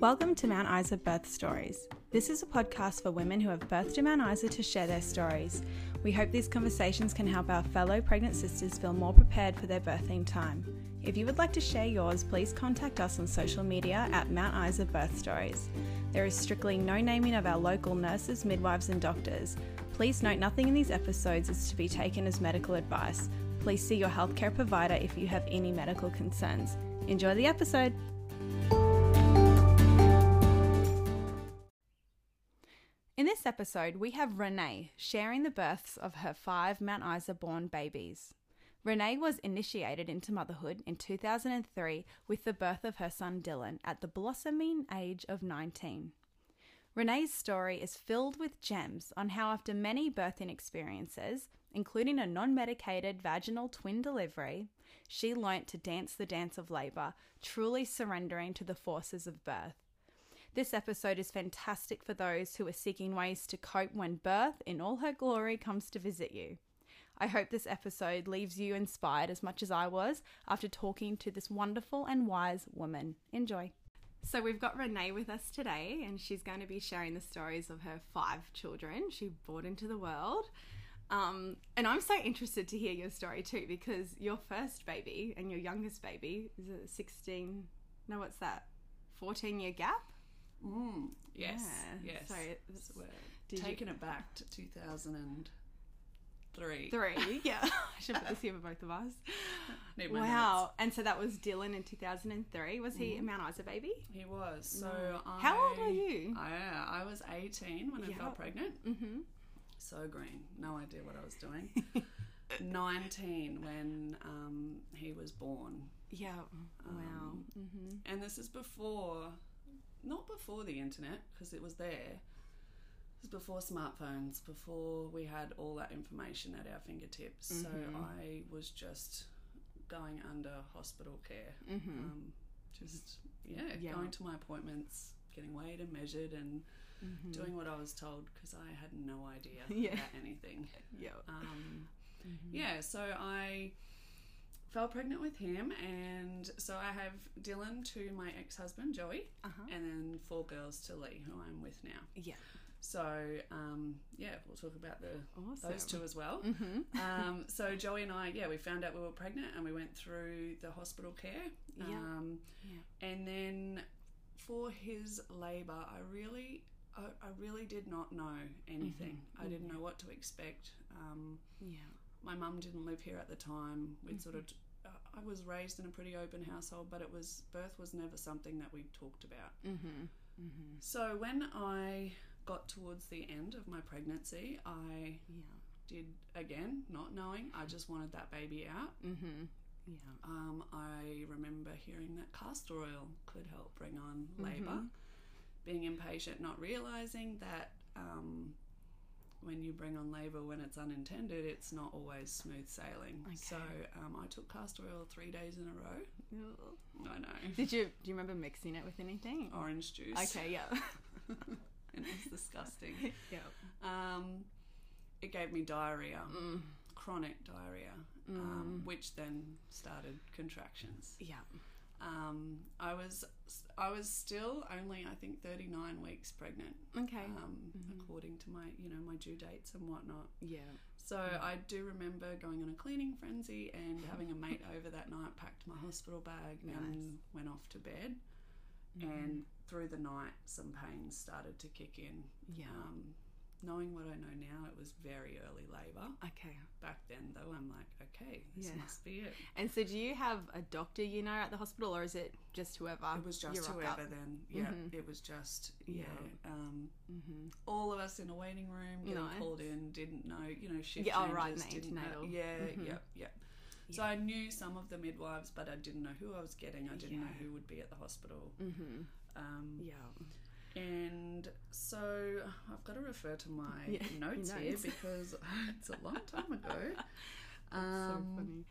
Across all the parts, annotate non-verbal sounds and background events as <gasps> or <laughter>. Welcome to Mount Isa Birth Stories. This is a podcast for women who have birthed in Mount Isa to share their stories. We hope these conversations can help our fellow pregnant sisters feel more prepared for their birthing time. If you would like to share yours, please contact us on social media at Mount Isa Birth Stories. There is strictly no naming of our local nurses, midwives, and doctors. Please note nothing in these episodes is to be taken as medical advice. Please see your healthcare provider if you have any medical concerns. Enjoy the episode! In this episode, we have Renee sharing the births of her five Mount Isa born babies. Renee was initiated into motherhood in 2003 with the birth of her son Dylan at the blossoming age of 19. Renee's story is filled with gems on how, after many birthing experiences, including a non medicated vaginal twin delivery, she learnt to dance the dance of labour, truly surrendering to the forces of birth. This episode is fantastic for those who are seeking ways to cope when birth in all her glory comes to visit you. I hope this episode leaves you inspired as much as I was after talking to this wonderful and wise woman. Enjoy. So, we've got Renee with us today, and she's going to be sharing the stories of her five children she brought into the world. Um, and I'm so interested to hear your story too, because your first baby and your youngest baby is a 16, no, what's that? 14 year gap? Mm, yes, Yeah, yes. so it's- we're did you- taking it back to 2003. <laughs> Three, yeah. I should put this here for both of us. Need my Wow. And so that was Dylan in 2003. Was he a Mount Isa baby? notes. He was. So I, Mm. How old are you? I, I was 18 when I fell Yep. pregnant. Mm-hmm. So green. No idea what I was doing. <laughs> 19 when um, he was born. Yeah. Wow. Um, Mm-hmm. And this is before, not before the internet, because it was there. This is before smartphones, before we had all that information at our fingertips. So Mm-hmm. I was just going under hospital care. Mm-hmm. Um, just, yeah, Yeah. going to my appointments, getting weighed and measured, and doing what I was told because I had no idea Mm-hmm. <laughs> Yeah. about anything. Yeah. Um, Mm-hmm. Yeah, so I fell pregnant with him, and so I have Dylan to my ex husband, Joey, Uh-huh. and then four girls to Lee, who I'm with now. Yeah. So, um, yeah, we'll talk about the. Awesome. Those two as well. Mm-hmm. Um, so Joey and I, yeah, we found out we were pregnant and we went through the hospital care. Yeah. Um, Yeah. And then for his labour, I really, I, I really did not know anything. Mm-hmm. I didn't know what to expect. Um, Yeah. my mum didn't live here at the time. We'd sort of, uh, I was raised in a pretty open household, but it was birth was never something that we talked about. Mm-hmm. So when I got towards the end of my pregnancy, I Yeah. did again, not knowing. I just wanted that baby out. Mm-hmm. Yeah. Um, I remember hearing that castor oil could help bring on labor Being impatient, not realizing that um, when you bring on labor when it's unintended, it's not always smooth sailing. So um, I took castor oil three days in a row. Ugh. I know. <laughs> Did you do you remember mixing it with anything? Orange juice. Okay. Yeah. <laughs> and it's disgusting. <laughs> yeah. Um, it gave me diarrhea, Mm. chronic diarrhea, um, which then started contractions. Yeah. Um, I was I was still only I think 39 weeks pregnant, Okay. Mm-hmm. um, according to my you know my due dates and whatnot. yeah. So I do remember going on a cleaning frenzy and having a mate over that night, packed my hospital bag and went off to bed. Mm-hmm. And through the night, some pains started to kick in. Yeah. Um, knowing what I know now, it was very early labour. Okay. Back then, though, I'm like, okay, this Yeah. must be it. And so, do you have a doctor you know at the hospital, or is it just whoever? It was you just rock whoever up? Mm-hmm. then. Yeah, it was just yeah. Um, All of us in a waiting room getting Nice. called in didn't know you know shift Yeah, oh, right, in changes, the didn't know. antenatal. Mm-hmm. Yeah, yeah, yeah. So I knew some of the midwives, but I didn't know who I was getting. I didn't know who would be at the hospital. Mm-hmm. Um, Yeah. and so I've got to refer to my Yeah, <laughs> notes, your here notes. because <laughs> it's a long <laughs> time ago. Um, so funny.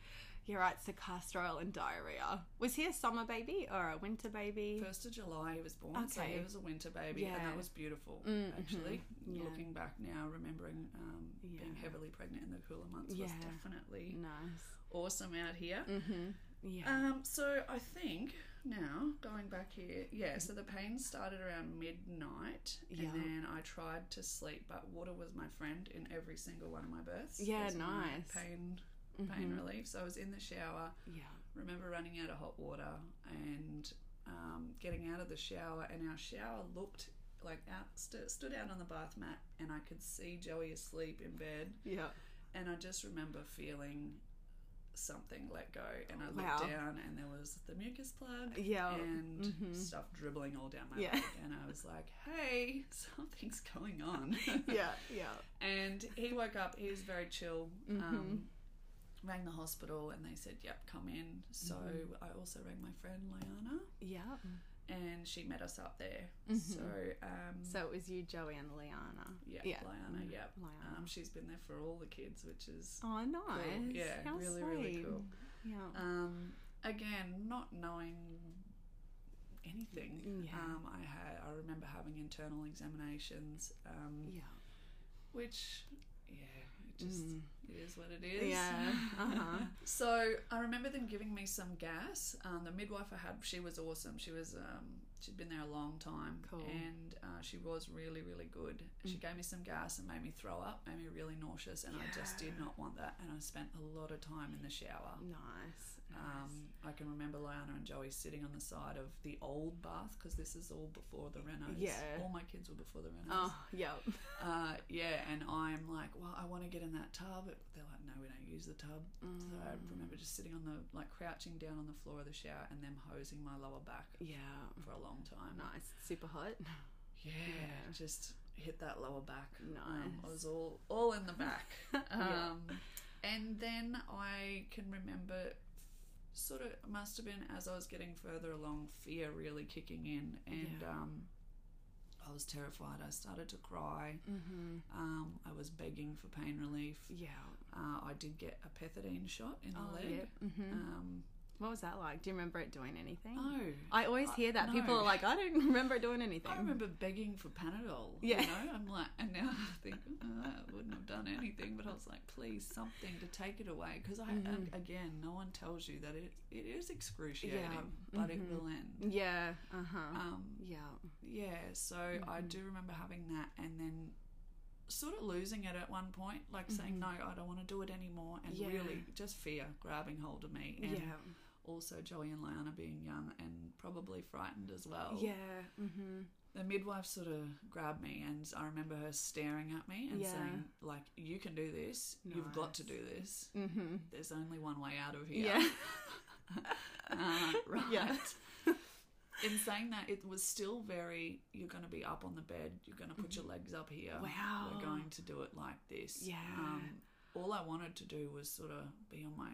You're right. So castor oil and diarrhea. Was he a summer baby or a winter baby? First of July, he was born, so he Okay. was a winter baby, and Yeah. that was beautiful. Mm, Actually, mhm. Yeah. looking back now, remembering um, being Yeah. heavily pregnant in the cooler months was Yeah. definitely nice. awesome out here. Mm-hmm. Yeah. Um, so I think now going back here yeah so the pain started around midnight Yeah. and then i tried to sleep but water was my friend in every single one of my births Yeah, as my nice. pain pain relief so i was in the shower Mm-hmm. Yeah. remember running out of hot water and um, getting out of the shower and our shower looked like out st- stood out on the bath mat and i could see joey asleep in bed Yeah. and I just remember feeling something let go, and I Wow. looked down, and there was the mucus plug, Yeah. and Mhm. stuff dribbling all down my Yeah. leg, and I was like, "Hey, <laughs> something's <laughs> going on." <laughs> Yeah. Yeah. and he woke up. He was very chill. Mm-hmm. Um, rang the hospital, and they said, "Yep, come in." So Mm-hmm. I also rang my friend Liana, Yeah. and she met us up there. Mm-hmm. So, um, So it was you, Joey, and Liana. yeah, yeah. Liana, yep. Liana. Um, she's been there for all the kids, which is Oh, cool. nice. Yeah, How really, really sweet. cool. Yeah. Um, again, not knowing anything. Mm, Yeah. Um, I had I remember having internal examinations, um, yeah. which yeah, it just Mm. it is what it is. Yeah. <laughs> Uh-huh. so I remember them giving me some gas. Um, the midwife I had, she was awesome. She was um, she'd been there a long time, Cool. Mm. and uh, she was really really good. She gave me some gas and made me throw up, made me really nauseous, and I just did not want that. And I spent a lot of time in the shower. Nice. Um, I can remember Liana and Joey sitting on the side of the old bath because this is all before the renos. Yeah. All my kids were before the renos. Oh, yeah. Uh, yeah, and I'm like, well, I want to get in that tub. They're like, no, we don't use the tub. So I remember just sitting on the, like, crouching down on the floor of the shower and them hosing my lower back Yeah. for a long time. Nice. Super hot. Yeah, Yeah. just hit that lower back. Um, Nice. I was all all in the <laughs> back. Yeah. um, And then I can remember, sort of, must have been as I was getting further along, fear really kicking in, and Yeah. um, I was terrified. I started to cry. Mm-hmm. Um, I was begging for pain relief. Yeah. Uh, I did get a pethidine shot in the leg. Mm-hmm. Um, What was that like? Do you remember it doing anything? no, I always I- hear that. People Oh, uh, no. are like, I don't <laughs> remember it doing anything. I remember begging for Panadol. Yeah. You know, I'm like, and now I think oh, that wouldn't have done anything, but I was like, please, something to take it away, because I Mm-hmm. and again, no one tells you that it it is excruciating, but it will end. Mm-hmm. Yeah. Uh huh. Um, yeah. yeah, so I Mm-hmm. do remember having that, and then sort of losing it at one point, like saying no, I don't want to do it anymore, and Mm-hmm. Yeah. really just fear grabbing hold of me, and Yeah. also Joey and Liana being young and probably frightened as well Yeah. Oh. Mm-hmm. the midwife sort of grabbed me and i remember her staring at me and Yeah. saying like you can do this you've got to Nice. do this Mm-hmm. there's only one way out of here Yeah. <laughs> uh, right <laughs> Yeah. in saying that it was still very you're going to be up on the bed you're going to put your legs up here Mm-hmm. Wow. we're going to do it like this Um, Yeah. all i wanted to do was sort of be on my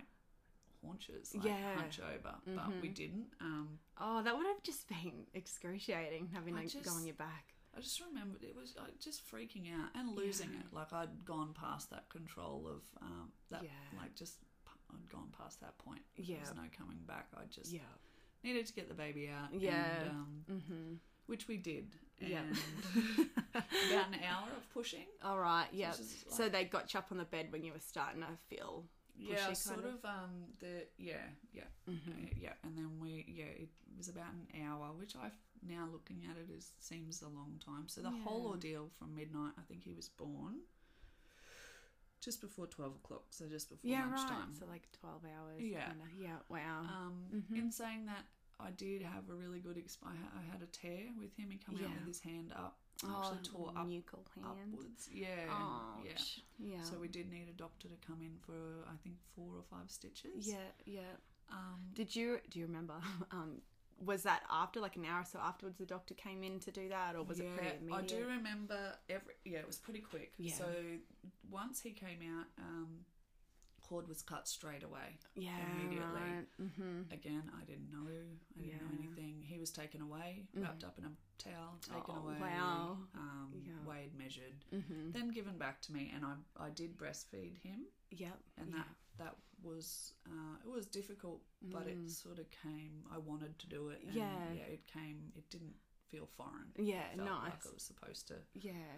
haunches like Yeah. Mm-hmm. hunch over but we didn't um Oh, that would have just been excruciating having I to go on just- your back. I just remembered it was like, just freaking out and losing it. Like I'd gone past that control of um, that, Yeah. like just p- I'd gone past that point. Yeah. there was no coming back. I just Yeah. needed to get the baby out. Yeah. and, um, Mm-hmm. which we did. And Yeah. about an hour of pushing. <laughs> All right. Yeah. it's just so like- they got you up on the bed when you were starting to feel. Yeah, Pushy sort kind of. of? um the yeah yeah Mm-hmm. uh, yeah, and then we yeah it was about an hour, which I've now looking at it is seems a long time. So the whole Yeah. ordeal from midnight, I think he was born just before twelve o'clock, so just before Yeah. Right. lunchtime. So like mm-hmm. twelve hours. Yeah. Kinda. Yeah. Wow. Um, in saying that, I did have a really good. Exp- I, ha- I had a tear with him. He came out Yeah. with his hand up. I actually Um, tore up Nuchal hand. upwards. Yeah, Oh. yeah. Yeah. So we did need a doctor to come in for I think four or five stitches. yeah. Yeah. Um, Did you do you remember? <laughs> Um, was that after like an hour or so afterwards the doctor came in to do that, or was it pretty I immediate? do remember every. Yeah, it was pretty quick. Yeah. So once he came out, um, cord was cut straight away. yeah, immediately. Right. Mm-hmm. Again, I didn't know. I didn't know Yeah. Mm-hmm. anything. He was taken away, wrapped up in a towel, taken Oh, away. wow. Um, Yeah. Weighed, measured, Mm-hmm. then given back to me, and I I did breastfeed him, Yep. and yeah. Mm. that that was uh, it was difficult, but Mm-hmm. it sort of came. I wanted to do it. And Yeah. yeah. It came. It didn't feel foreign. Yeah, It felt nice. Like it was supposed to. Yeah.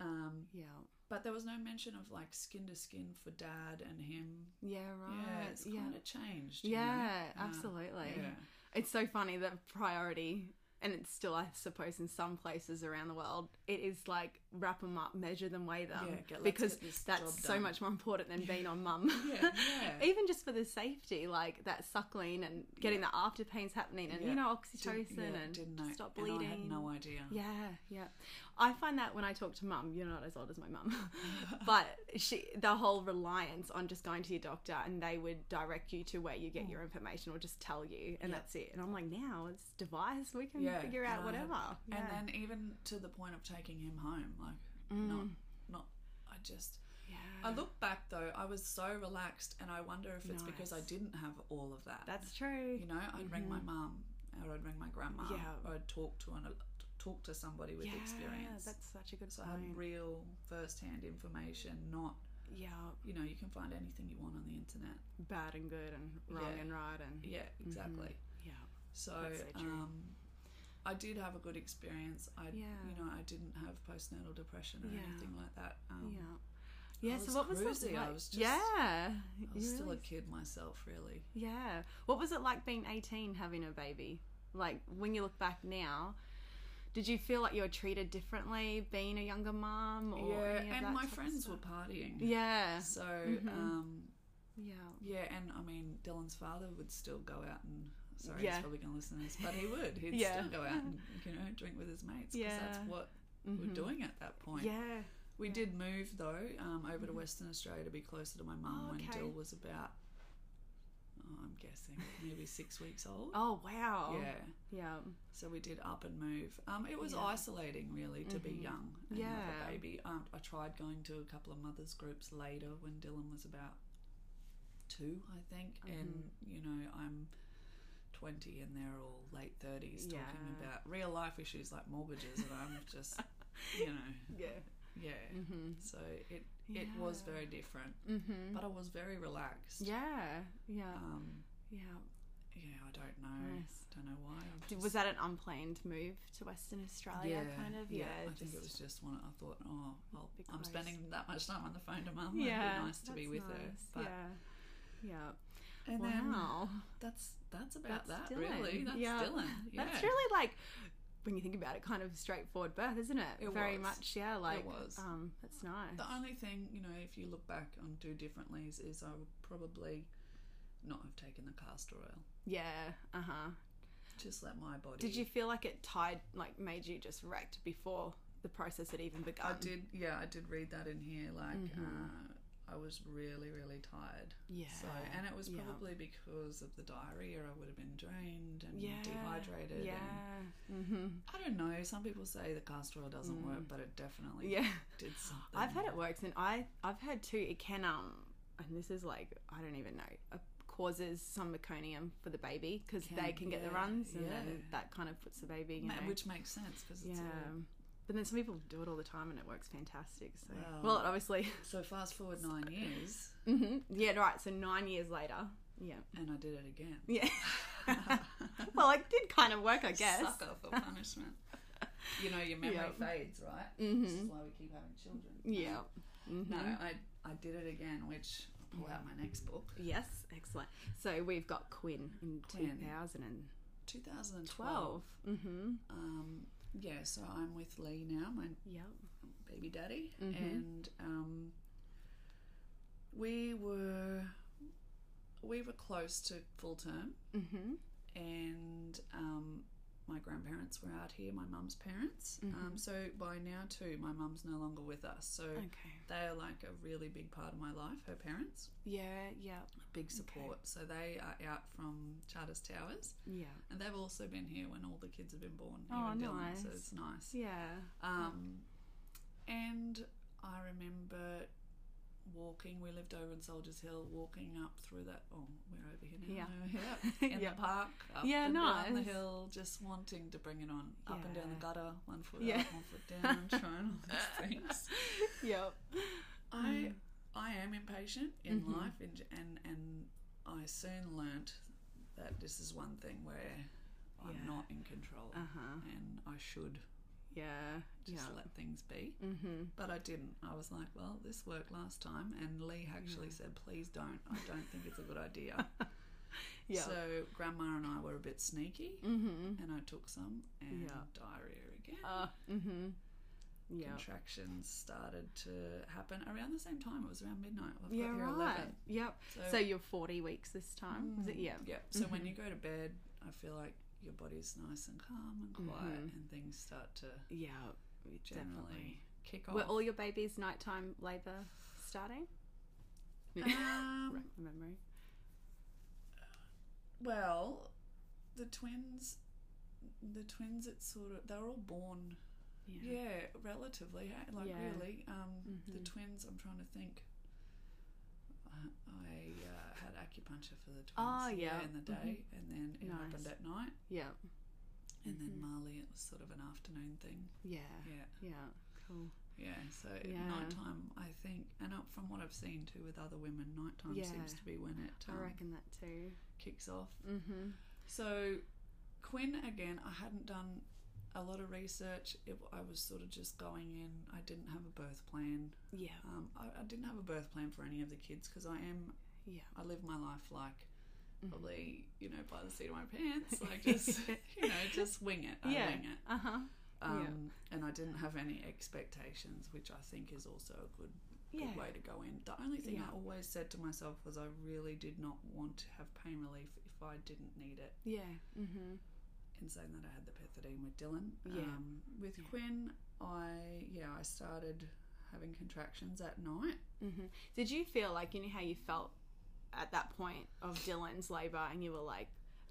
Um, Yeah. But there was no mention of like skin to skin for dad and him. Yeah. Right. Yeah, it's yeah. kind of changed. you know? Yeah, Uh, <laughs> absolutely. yeah. It's so funny that priority, and it's still, I suppose, in some places around the world, it is like wrap them up, measure them, weigh them, Yeah, get- let's because get this job that's so done. much more important than being on mum. Yeah, <laughs> yeah. Even just for the safety, like that suckling and getting the after pains happening, and Yeah. you know Didn't- oxytocin yeah, and didn't know. stop And bleeding. I had no idea. Yeah, yeah. I find that when I talk to mum, you're not as old as my mum, <laughs> but she the whole reliance on just going to your doctor and they would direct you to where you get your information or just tell you and Yeah. that's it. And I'm like, now it's device we can Yeah, figure out no, whatever. Yeah. Mm. And then even to the point of taking him home, like not not I just yeah. I look back though, I was so relaxed and I wonder if it's because I Nice. didn't have all of that. <laughs> that's true. you know, I'd ring my mum or I'd ring my grandma Yeah. or I'd talk to an talk to somebody with yeah, experience. that's such a good so I had point. real first hand information, not yeah, you know, you can find anything you want on the internet. bad and good and wrong Yeah. and right and Yeah, exactly. yeah. So, Mm-hmm. That's so true. um, I did have a good experience. I, Yeah. you know, I didn't have postnatal depression or Yeah. anything like that. Um, Yeah. Yeah, so was what was cruisy, that? I like? was just- yeah. I was You still really a kid myself, really. Yeah. What was it like being 18 having a baby? Like when you look back now, did you feel like you were treated differently being a younger mom or yeah, any of that and my type of friends were stuff? partying. Yeah. So, Mhm. um, Yeah. yeah, and I mean, Dylan's father would still go out and. Sorry, Yeah. he's probably going to listen to this, but he <laughs> would. He'd Yeah. still go out and you know drink with his mates because that's Yeah. what Mhm. we're doing at that point. Yeah. We Yeah. Mm-hmm. did move though um, over to Western Australia to be closer to my mum Oh, when okay. Dill was about, oh, I'm guessing maybe six weeks old. Oh, wow. Yeah, Yeah. so we did up and move. Um, it was Yeah. isolating really to be Mhm. young and Yeah. have a baby. Um, I tried going to a couple of mothers groups later when Dylan was about two, I think, Mm-hmm. and you know I'm. 20 and they're all late 30s talking Yeah. about real life issues like mortgages and I'm <laughs> just you know Yeah. yeah Mhm. so it it was Yeah. very different, Mhm. but I was very relaxed. Yeah. Yeah. Um, Yeah. yeah, I don't know. Nice. Don't know why. I'm Did- just- Was that an unplanned move to Western Australia kind of? Yeah, Yeah. I think it was just one. I thought, oh, I'll, Be I'm close. spending that much time on the phone to mum. yeah. it'd be nice to be that's with her. nice. But yeah. Yeah. and then wow. that's that's about That's that Dylan. really. That's Yeah. Dylan. Yeah. That's really like when you think about it, kind of straightforward birth, isn't it? It Very was. much, yeah. Like was. Um, that's nice. The only thing you know, if you look back on do differently, is, is I would probably not have taken the castor oil. yeah. Uh huh. Just let my body. Did you feel like it tied, like made you just wrecked before the process had even begun? I did, yeah, I did read that in here. Like, Mm-hmm. uh, I was really, really tired. Yeah. So, and it was Yeah. probably because of the diarrhea. I would have been drained and yeah. dehydrated. Yeah. And Mm-hmm. I don't know. Some people say the castor oil doesn't work, but it definitely Mm. Yeah. did something. I've heard it works, and I I've heard too. It can um, and this is like I don't even know. uh causes some meconium for the baby because Can, they can get the yeah, runs, and then yeah. that kind of puts the baby. You Ma- know, which makes sense because eh? Yeah. it's all. But then some people do it all the time and it works fantastic. So, Wow. well, <laughs> obviously, So fast forward nine years, hmm yeah, right. So nine years later, yeah, and I did it again. yeah. well, it did kind of work, <laughs> I <laughs> guess. Sucker for punishment. you know, <laughs> your memory Yeah. fades, right? This is Mm-hmm. why we keep having children. Yeah. hmm No, I I did it again, which I'll pull out my next book. Yes, excellent. So we've got Quinn in Quinn. 2012. 2012. Mm-hmm. Um, yeah, so I'm with Lee now, my Yep. baby daddy, Mhm. and um, we were we were close to full term, Mm-hmm. and um, my grandparents were out here, my mum's parents. Um, so by now too, my mum's no longer with us, so Mm-hmm. Okay. they are like a really big part of my life. Her parents, Yeah, yeah, big support. So they are out from Charters Towers. yeah. And they've also been here when all the kids have been born here Oh, in Dillon, so nice. it's nice. <laughs> Yeah. Um, and I remember walking. We lived over in Soldiers Hill, walking up through that. Oh, we're over here now. <laughs> <laughs> Yeah, in Yeah. the park, up Yeah, and down nice. the hill, just wanting to bring it on. Up and down Yeah. the gutter, one foot Yeah. up, one foot <laughs> down, trying all these things. Yep. I Mm. I am impatient in Mm-hmm. life, and, and and I soon learnt that this is one thing where Yeah. I'm not in control, Uh-huh. and I should Yeah. Yeah. just let things be. Mm-hmm. But I didn't. I was like, well, this worked last time, and Lee actually said, please don't. I don't think it's a good idea. Yeah. So grandma and I were a bit sneaky, Mm-hmm. and I took some and Yeah. diarrhea again. Uh, Mm-hmm. yeah. Contractions started to happen around the same time. It was around midnight. I've got Yeah, here right. 11. Yep. So, Mm. So you're 40 weeks this time. Is it? Yeah. yeah. So when you go to bed, I feel like your body's nice and calm and quiet, Mhm. and things start to Yeah. generally Definitely. kick Were off. all your babies' nighttime labour starting? um, <laughs> Right, my memory. Well, the twins, the twins. It's sort of they're all born. Yeah, relatively. eh? Like Yeah. really, um, the Mhm. twins. I'm trying to think. I- I uh, had acupuncture for the twins. Oh, yeah. in the day, and then it happened Nice. at night, Yeah. and then Marley. It was sort of an afternoon thing. Yeah. Yeah, Yeah. Cool. yeah. So at Ah. Yeah. nighttime, I think, and uh, from what I've seen too with other women, nighttime Yeah. seems to be when it um, I reckon that too. kicks off. Mm-hmm. So, Quinn again, I hadn't done a lot of research. It, I was sort of just going in. I didn't have a birth plan. Yeah. Um, I, I didn't have a birth plan for any of the kids because I am. Yeah. I live my life like probably you know by the seat of my pants. <laughs> Like just you know just wing it. I Yeah. wing it. Uh huh. Um, And I didn't have any expectations, which I think is also a good. Good Yeah. way to go in. The only thing Yeah. I always said to myself was I really did not want to have pain relief if I didn't need it Yeah. Mm-hmm. in saying that I had the pethidine with Dylan. Yeah. Um, with Yeah. Quinn, I yeah I started having contractions at night. Mm-hmm. Did you feel like you knew how you felt at that point of Dylan's labour, and you were like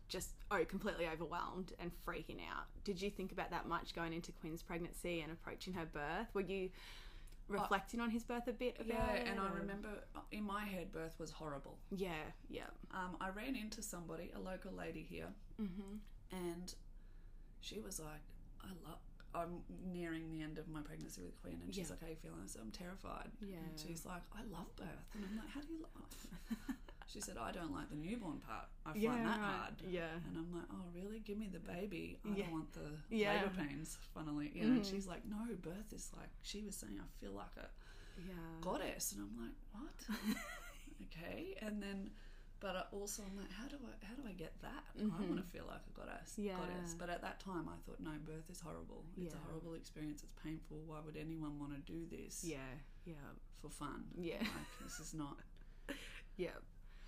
just oh completely overwhelmed and freaking out? Did you think about that much going into Quinn's pregnancy and approaching her birth? Were you reflecting on his birth a bit? About Oh, Yeah, it, and I or- remember uh, in my head birth was horrible. Yeah, yeah. Um, I ran into somebody, a local lady here, Mm-hmm. and she was like, "I love." I'm nearing the end of my pregnancy with Quinn, and she's Yeah. like, "How you feeling?" I said, "I'm terrified." Yeah. And she's like, "I love birth," and I'm like, "How do you <laughs> love?" she said, "I don't like the newborn part. I find that hard." Yeah. And I'm like, oh, really? Give me the baby. I Yeah. don't want the Yeah. Mm-hmm. labor pains, funnily. You know, and she's like, no, birth is like, she was saying, I feel like a Yeah. goddess. And I'm like, <laughs> what? okay. And then, but I also I'm like, how do I, how do I get that? Mm-hmm. I want to feel like a goddess. Yeah. Goddess. But at that time, I thought, no, birth is horrible. It's a Yeah. horrible experience. It's painful. Why would anyone want to do this Yeah. Yeah. for fun? Yeah. Like, this is not Yeah.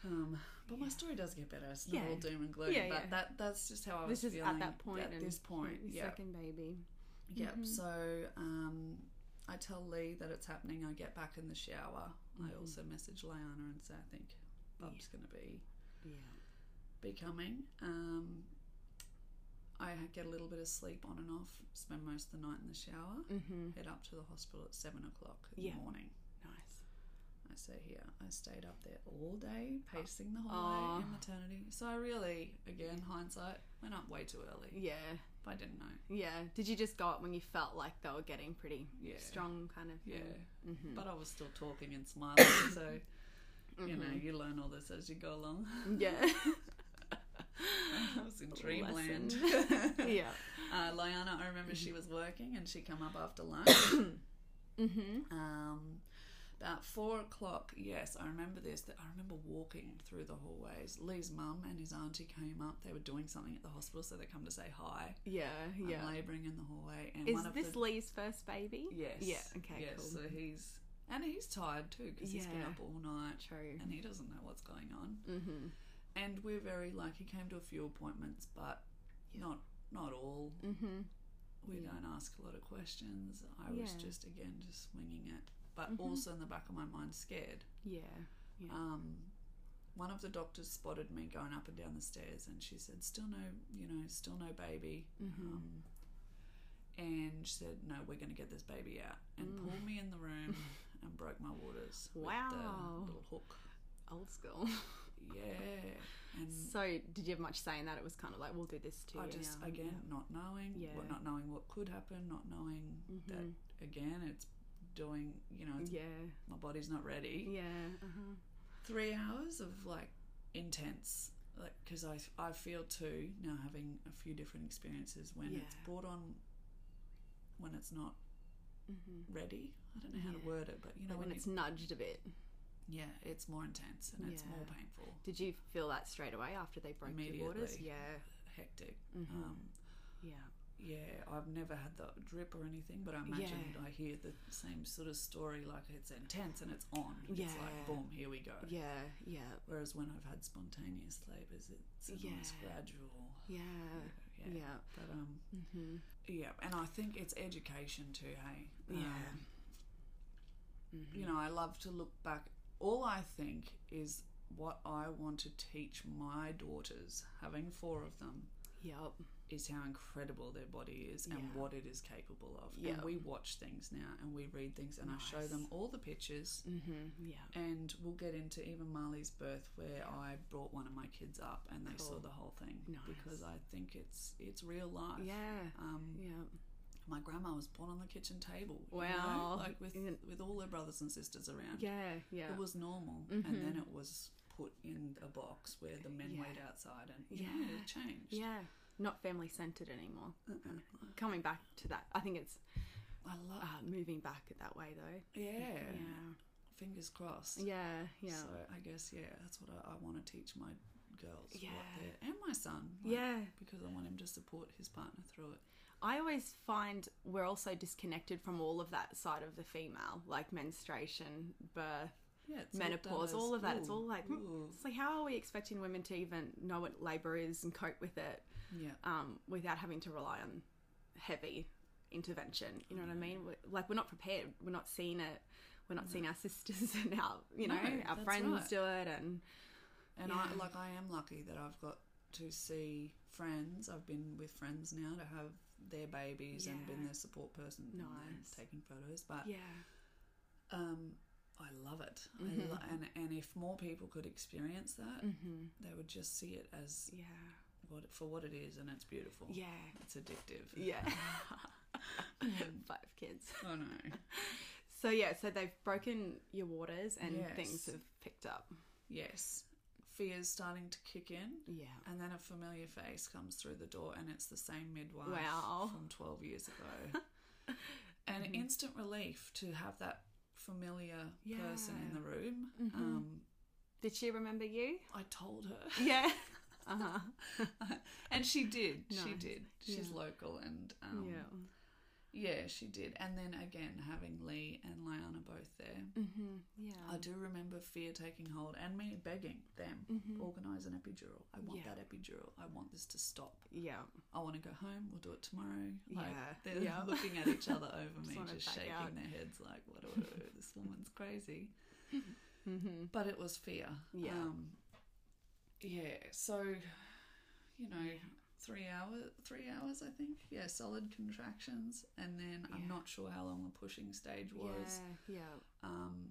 um, but my story does get better. It's not Yeah. all doom and gloom. Yeah, but yeah. that that's just how I was This is feeling at that point. At and this <laughs> point, your yeah, Second mm-hmm. baby. yep. So um, I tell Lee that it's happening. I get back in the shower. Mm-hmm. I also message Liana and say I think Bob's going to be Yeah. be coming. Um, I get a little bit of sleep on and off. Spend most of the night in the shower. Mm-hmm. Head up to the hospital at seven o'clock in Yeah. the morning. Nice. I say here, I stayed up there all day, pacing the Aw. hallway in maternity. So I really, again, hindsight, went up way too early. Yeah. But I didn't know. Mm-hmm. Yeah. Did you just go up when you felt like they were getting pretty Yeah. strong, kind of? Yeah. thing? Mhm. But I was still talking and smiling. <coughs> so, you know, you learn all this as you go along. <laughs> <laughs> Yeah. I was in dreamland. Lesson. yeah. Uh, Liana, I remember she was working and she come up after lunch. Mm-hmm. um, about four o'clock, yes, I remember this. That I remember walking through the hallways. Lee's mum and his auntie came up. They were doing something at the hospital, so they come to say hi. Yeah. Yeah. I'm labouring in the hallway, and Is one of this the Lee's first baby? yes, Yeah, okay, yes. cool. So he's and he's tired too because he's been Yeah. up all night True. and he doesn't know what's going on. Mm-hmm. And we're very like he came to a few appointments, but not not all. Mm-hmm. We don't ask a lot of questions. I was Yeah. Mm-hmm. just again just swinging it, but also in the back of my mind scared. Yeah. Um, one of the doctors spotted me going up and down the stairs, and she said, "Still no, you know, still no baby." Mm-hmm. Um, and she said, "No, we're going to get this baby out," and Mm. pulled me in <laughs> the room and broke my waters. with Wow. the little hook. Old school. Yeah, and so, did you have much say in that? It was kind of like, we'll do this too. Mm. I just now. again not knowing, Yeah. what, not knowing what could happen, not knowing that again it's doing, you know, it's, Mm-hmm. Yeah. my body's not ready. Yeah. Uh-huh. three hours of like intense like because I, I feel too now having a few different experiences when it's Yeah. brought on when it's not ready i don't know how Yeah. to word it but you know Like when when, you- it's Mm-hmm. nudged a bit. yeah, it's more intense and it's more Yeah. painful, Did you feel that straight away after they broke your waters? Immediately. Yeah. hectic. Mhm. Mm-hmm. Um, Yeah. yeah, I've never had the drip or anything, but I imagine Yeah. I hear the same sort of story. Like it's intense and it's on. It's Yeah. like boom, here we go. Yeah. Yeah. Whereas when I've had spontaneous labours, it's a nice Yeah. gradual. Yeah. Yeah. Yeah. But um, Mm-hmm. yeah, and I think it's education too. Hey. Um, Yeah. You know, I love to look back. All I think is what I want to teach my daughters, having four of them, Yep. is how incredible their body is and Yeah. what it is capable of. Yeah. And we watch things now and we read things and I show them Nice. all the pictures. Mm-hmm. Yeah. And we'll get into even Marley's birth where I brought one of my kids up and they saw Cool. the whole thing Nice. because I think it's it's real life. Yeah. Um, Yeah. my grandma was born on the kitchen table. you know, Wow. like with Isn't- with all her brothers and sisters around. Yeah. Yeah. It was normal, and then it was put in a box where the men Yeah. wait outside, and you know, Yeah. it changed. Yeah. Not family centered anymore. Uh-uh. Coming back to that, I think it's I love. uh, moving back that way though. yeah. Yeah. Fingers crossed. Yeah. Yeah. So I guess yeah, that's what I, I want to teach my girls. what Yeah. they're- and my son. like, yeah. Because I want him to support his partner through it. I always find we're also disconnected from all of that side of the female, like menstruation, birth. Yeah. it's looked at Menopause, as, all of that, it's "Ooh, all like, mm, ooh." It's like, how are we expecting women to even know what labour is and cope with it Yeah. um, without having to rely on heavy intervention? You know Mm. what I mean? We're, like, we're not prepared. We're not seeing it. We're not seeing our sisters <laughs> and our, you know, No, our that's friends right. do it. And And Yeah. I like I am lucky that I've got to see friends. I've been with friends now to have their babies and been Yeah. their support person and then Nice. taking photos. But yeah, um, I love it. I Mhm. lo- and and if more people could experience that, mm-hmm. they would just see it as yeah, what for what it is, and it's beautiful. yeah, It's addictive. yeah. Five kids. <laughs> I know. So yeah, so they've broken your waters and things Yes. have picked up. Yes, fear's starting to kick in. Yeah. And then a familiar face comes through the door, and it's the same midwife Wow. Mm-hmm. from 12 years <laughs> ago. and instant relief to have that familiar person in Yeah. Mm-hmm. the room. Um, Did she remember <laughs> you? I told her, Yeah. Uh huh. Uh-huh. <laughs> and she did. She Nice. did. She's Yeah. local, and um, yeah. yeah. she did. And then again, having Lee and Liana both there, Mm-hmm. Yeah. I do remember fear taking hold and me begging them, organise an epidural. I want Mm-hmm. Yeah. that epidural. I want this to stop. yeah. I want to go home. We'll do it tomorrow. Like, Yeah, They're yeah. <laughs> looking at each other over Just me, want it just back shaking out. their heads like, what do I <laughs> do? This woman's crazy. Mm-hmm. But it was fear. Yeah. Um, yeah. So, you know, three hours, three hours, I think. Yeah, solid contractions. And then I'm Yeah. not sure how long the pushing stage was. Yeah. Um,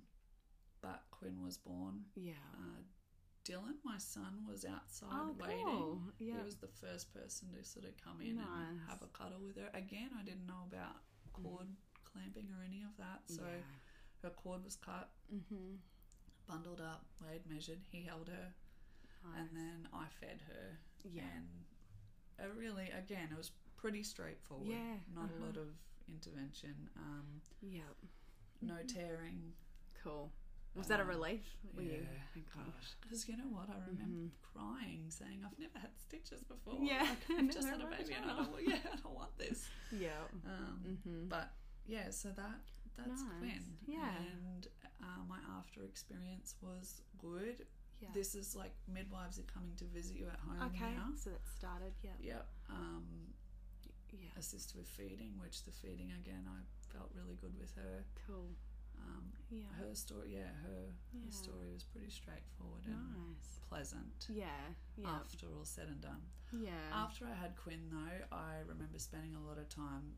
but Quinn was born. Yeah. Uh, Dylan, my son, was outside Oh, waiting. cool. Yeah. He was the first person to sort of come in and Nice. Mm. have a cuddle with her. Again, I didn't know about cord clamping or any of that. So yeah. her cord was cut, Mm-hmm. bundled up, weighed, measured. He held her, and then I fed her. yeah. And it really, again, it was pretty straightforward. Yeah, Not uh-huh. a lot of intervention, um, Yeah. no tearing. Cool. Mm-hmm. Was that a Um, relief? Were you? yeah, Thank God. Gosh, because you know what? I remember crying, saying, "I've never had stitches before. Yeah, <laughs> like, I've <laughs> just had never a had baby, and I one." don't, <laughs> yeah, I don't want this." Yeah. Um, Mm-hmm. But yeah, so that that's Nice. Quinn. Yeah. And uh, my after experience was good. Yeah. This is like midwives are coming to visit you at home okay. now. So that started. Yeah. Yep. Um, Yeah. assist with feeding, which the feeding again I felt really good with her. Cool. Um, Yeah. her story, yeah, her, Yeah. her story was pretty straightforward and Nice. pleasant. Yeah. Yeah. After all said and done. yeah. After I had Quinn, though, I remember spending a lot of time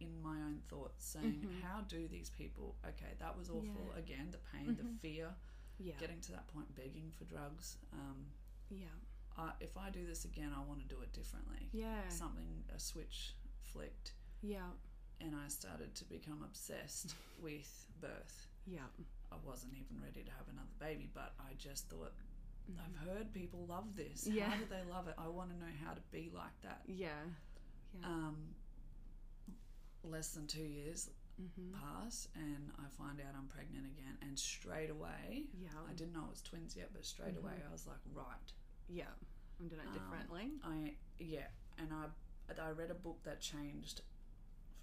in my own thoughts saying, Mhm. How do these people? Okay, that was awful. Yeah. Again, the Mhm. pain, the fear, yeah. getting to that point, begging for drugs. Um, yeah. I, if I do this again, I want to do it differently. Yeah. Something, a switch flicked, yeah. and I started to <laughs> become obsessed with birth. Yeah. I wasn't even ready to have another baby, but I just thought, I've heard people love this. Mm-hmm. Yeah. How do they love it? I want to know how to be like that. Yeah. Yeah. um, less than two years Mm-hmm. pass and I find out I'm pregnant again. And straight away, Yeah. I didn't know it was twins yet, but straight Mm-hmm. away I was like, right, Yeah. I'm doing it Um, differently. I yeah, and I I read a book that changed.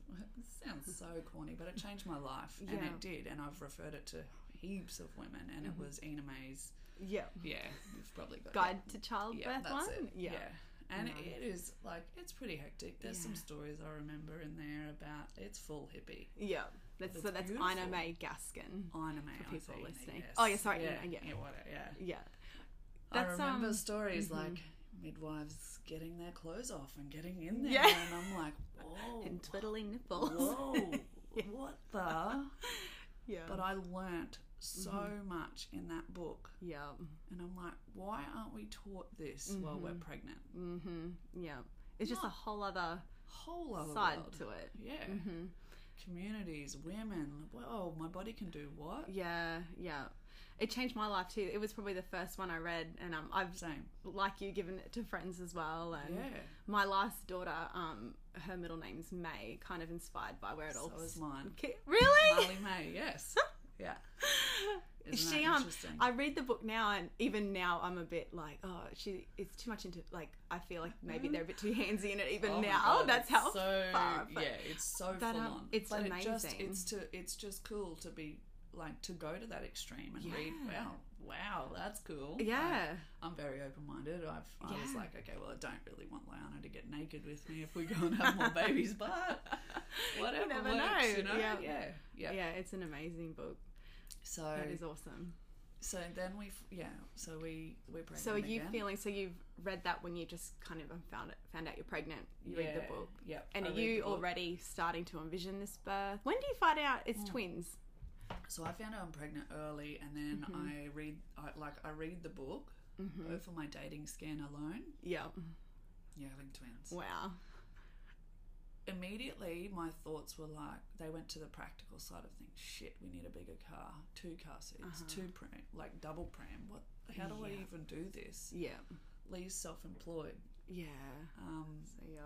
<laughs> It sounds <laughs> so corny, but it changed my life, and Yeah. it did. And I've referred it to heaps of women, and it was Ina May's. Yeah. Yeah, you've probably got Guide to that. childbirth Yeah, that's Oh, one. it. Yeah. And No. it is like it's pretty hectic. There's some Yeah. stories I remember in there about it's full hippie. Yeah. That's, But so it's that's Ina beautiful. May Gaskin. Ina May, For I people think, listening. yes. Oh, yeah, sorry, yeah, Ina, yeah. yeah, whatever, yeah. Yeah. I That's, remember um, stories like midwives getting their clothes off and getting in there, Yeah. and I'm <laughs> like, whoa, And twiddly nipples. Oh, whoa, what the? <laughs> Yeah. But uh, I learnt so Mm-hmm. much in that book, yeah. and I'm like, why aren't we taught this while we're pregnant? Mm-hmm. Yeah. It's just a Not- whole other Whole other side world. to Mm-hmm. it. yeah. Communities, women. Whoa, my body can do what? Yeah. Yeah. It changed my life too. It was probably the first one I read, and um, I've Same. like you given it to friends as well. And Yeah. my last daughter, um, her middle name's May, kind of inspired by where it all. So is mine. Okay, <laughs> really? Marley May. Yes. Yeah. Isn't Is that she um interesting? <laughs> I read the book now and even now I'm a bit like oh she it's too much into like I feel like maybe they're a bit too handsy in it even Mm-hmm. Oh my now God, that's it's how so far yeah it's so But, full um, on it's but it just, amazing. it's to it's just cool to be like to go to that extreme and read Yeah. wow wow that's cool Like, yeah I'm very open minded I've I was Yeah. like okay well I don't really want Liana to get naked with me if we go and have more babies <laughs> but <laughs> whatever never works, know. you know Yeah. yeah yeah, yeah it's an amazing book so that is awesome so then we have yeah so we we're pregnant so are you again. feeling so you've read that when you just kind of found it found out you're pregnant you read the Yeah, book yep and I are read the you book. already starting to envision this birth when do you find out it's twins So I found out I'm pregnant early, and then Mm-hmm. I read, I, like, I read the book oh, for my dating scan alone. yeah You're having twins. wow Immediately, my thoughts were like, they went to the practical side of things. Shit, we need a bigger car, two car seats, two pram, like double pram. What? How do I Uh-huh. Yeah. even do this? yeah Lee's self-employed. yeah Um, so yeah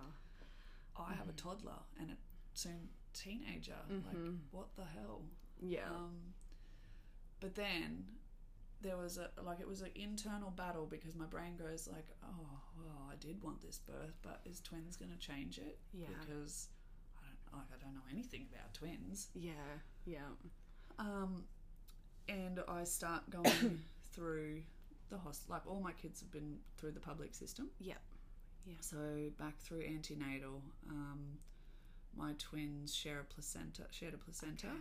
I have a Mm-hmm. toddler and a soon teenager. Like, what the hell? yeah Um, but then there was a like it was an internal battle because my brain goes like, oh, well, I did want this birth, but is twins going to change it? Yeah. Because I don't like I don't know anything about twins. yeah yeah Um, and I start <coughs> going through the host like all my kids have been through the public system. yeah So back through antenatal, um, my twins share a placenta, shared a placenta. Okay.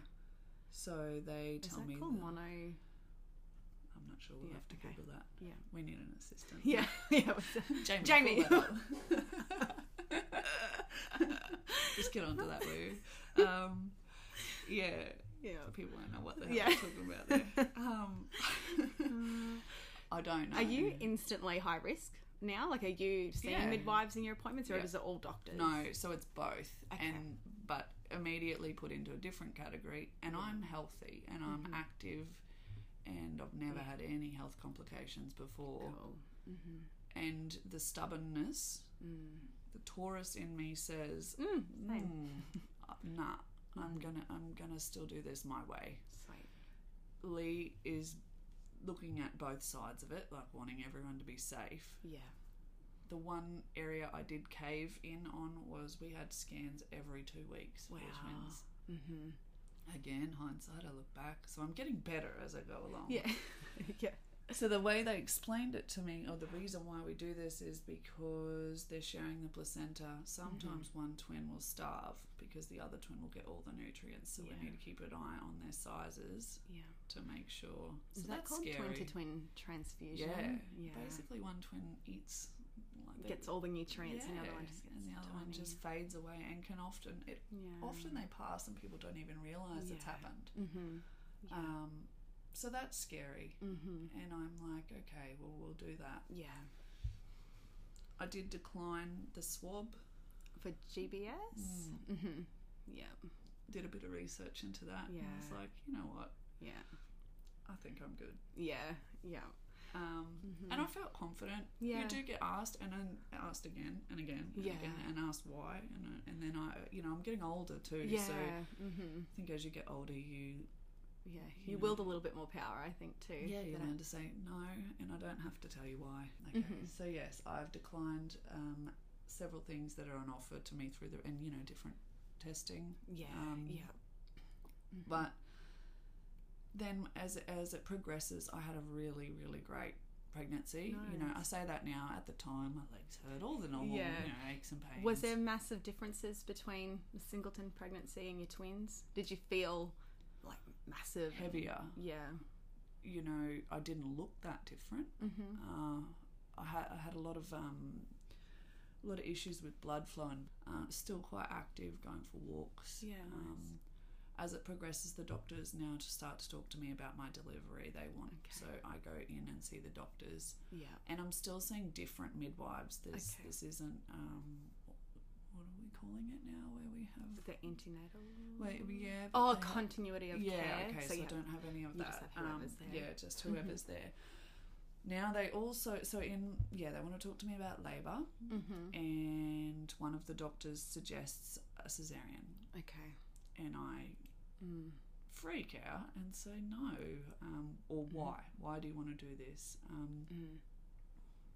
So they Is tell that me called that- mono? I'm not sure. We'll Yeah, have to okay. Google that. Yeah. We need an assistant. <laughs> Yeah, yeah. what's that? <laughs> Jamie. Jamie. pull <laughs> that up. <laughs> Just get onto that, Lou. Um, yeah. Yeah. People won't know what the hell Yeah. we're talking about <laughs> there. Um, <laughs> I don't know. Are you instantly high risk now? Like, are you seeing Yeah. midwives in your appointments, or Yeah. is it all doctors? No, so it's both, Okay. and but immediately put into a different category. And I'm healthy, and I'm Mm-hmm. active, and I've never had any health complications before. Cool. Mm-hmm. and the stubbornness, the Taurus in me says, Mm, same. Mm. "Mm, uh, "Nah, I'm gonna, I'm gonna still do this my way." Sweet. Lee is looking at both sides of it, like wanting everyone to be safe. Yeah. The one area I did cave in on was we had scans every two weeks for the Wow. twins. Mm-hmm. <laughs> Again, hindsight, I look back, so I'm getting better as I go along. Yeah. yeah. So the way they explained it to me, or the reason why we do this, is because they're sharing the placenta. Sometimes Mm-hmm. one twin will starve because the other twin will get all the nutrients. So Yeah. we need to keep an eye on their sizes Yeah. to make sure. So Is that that's called scary. twin to twin transfusion? Yeah. Yeah. Basically, one twin eats. Like they- Gets all the nutrients, and the other one Yeah, just gets and the other one tiny. just fades away and can often it Yeah. often they pass and people don't even realize it's Yeah. happened. Mm-hmm. Um, so that's scary. Mm-hmm. And I'm like, okay, well we'll do that. Yeah. I did decline the swab. For GBS. Mm. Mm-hmm. Yeah. Did a bit of research into that. And I was Yeah. like, you know what? Yeah. I think I'm good. Yeah. Yeah. Um, And I felt confident. Mm-hmm. Yeah. You do get asked, and then asked again and again, and Yeah. again, and asked why, and I- and then I, you know, I'm getting older too, Yeah. so I mm-hmm. think as you get older, you Yeah. you You, know. wield a little bit more power, I think, too. yeah, you than I- learn to say no, and I don't have to tell you why. Okay. Mm-hmm. So yes, I've declined um, several things that are on offer to me through the and you know different testing, yeah. um, yeah. but then as as it progresses, I had a really really great pregnancy. You know, I say that now. At the time, my legs hurt, all the normal Yeah. you know, aches and pains. Was there massive differences between the singleton pregnancy and your twins? Did you feel like massive? heavier? Yeah. you know, I didn't look that different. Mm-hmm. Mm. Uh, I, had, I had a lot of um, a lot of issues with blood flow and uh, still quite active, going for walks. Yeah, Um, as it progresses, the doctors now to start to talk to me about my delivery. They want so I go in and see the doctors, Yeah. and I'm still seeing different midwives. This Okay. this isn't um, what are we calling it now? Where we have The antenatal. wait yeah but Oh, they have- continuity of yeah, care. okay, so, you I don't have any of you that. just Um, have whoever's there. Yeah, <laughs> just whoever's there. Now they also so in yeah they want to talk to me about labour, Mm-hmm. and one of the doctors suggests a cesarean, Okay. and I Mm-hmm. freak out and say no, um, or Mm-hmm. why? Why do you want to do this? Um,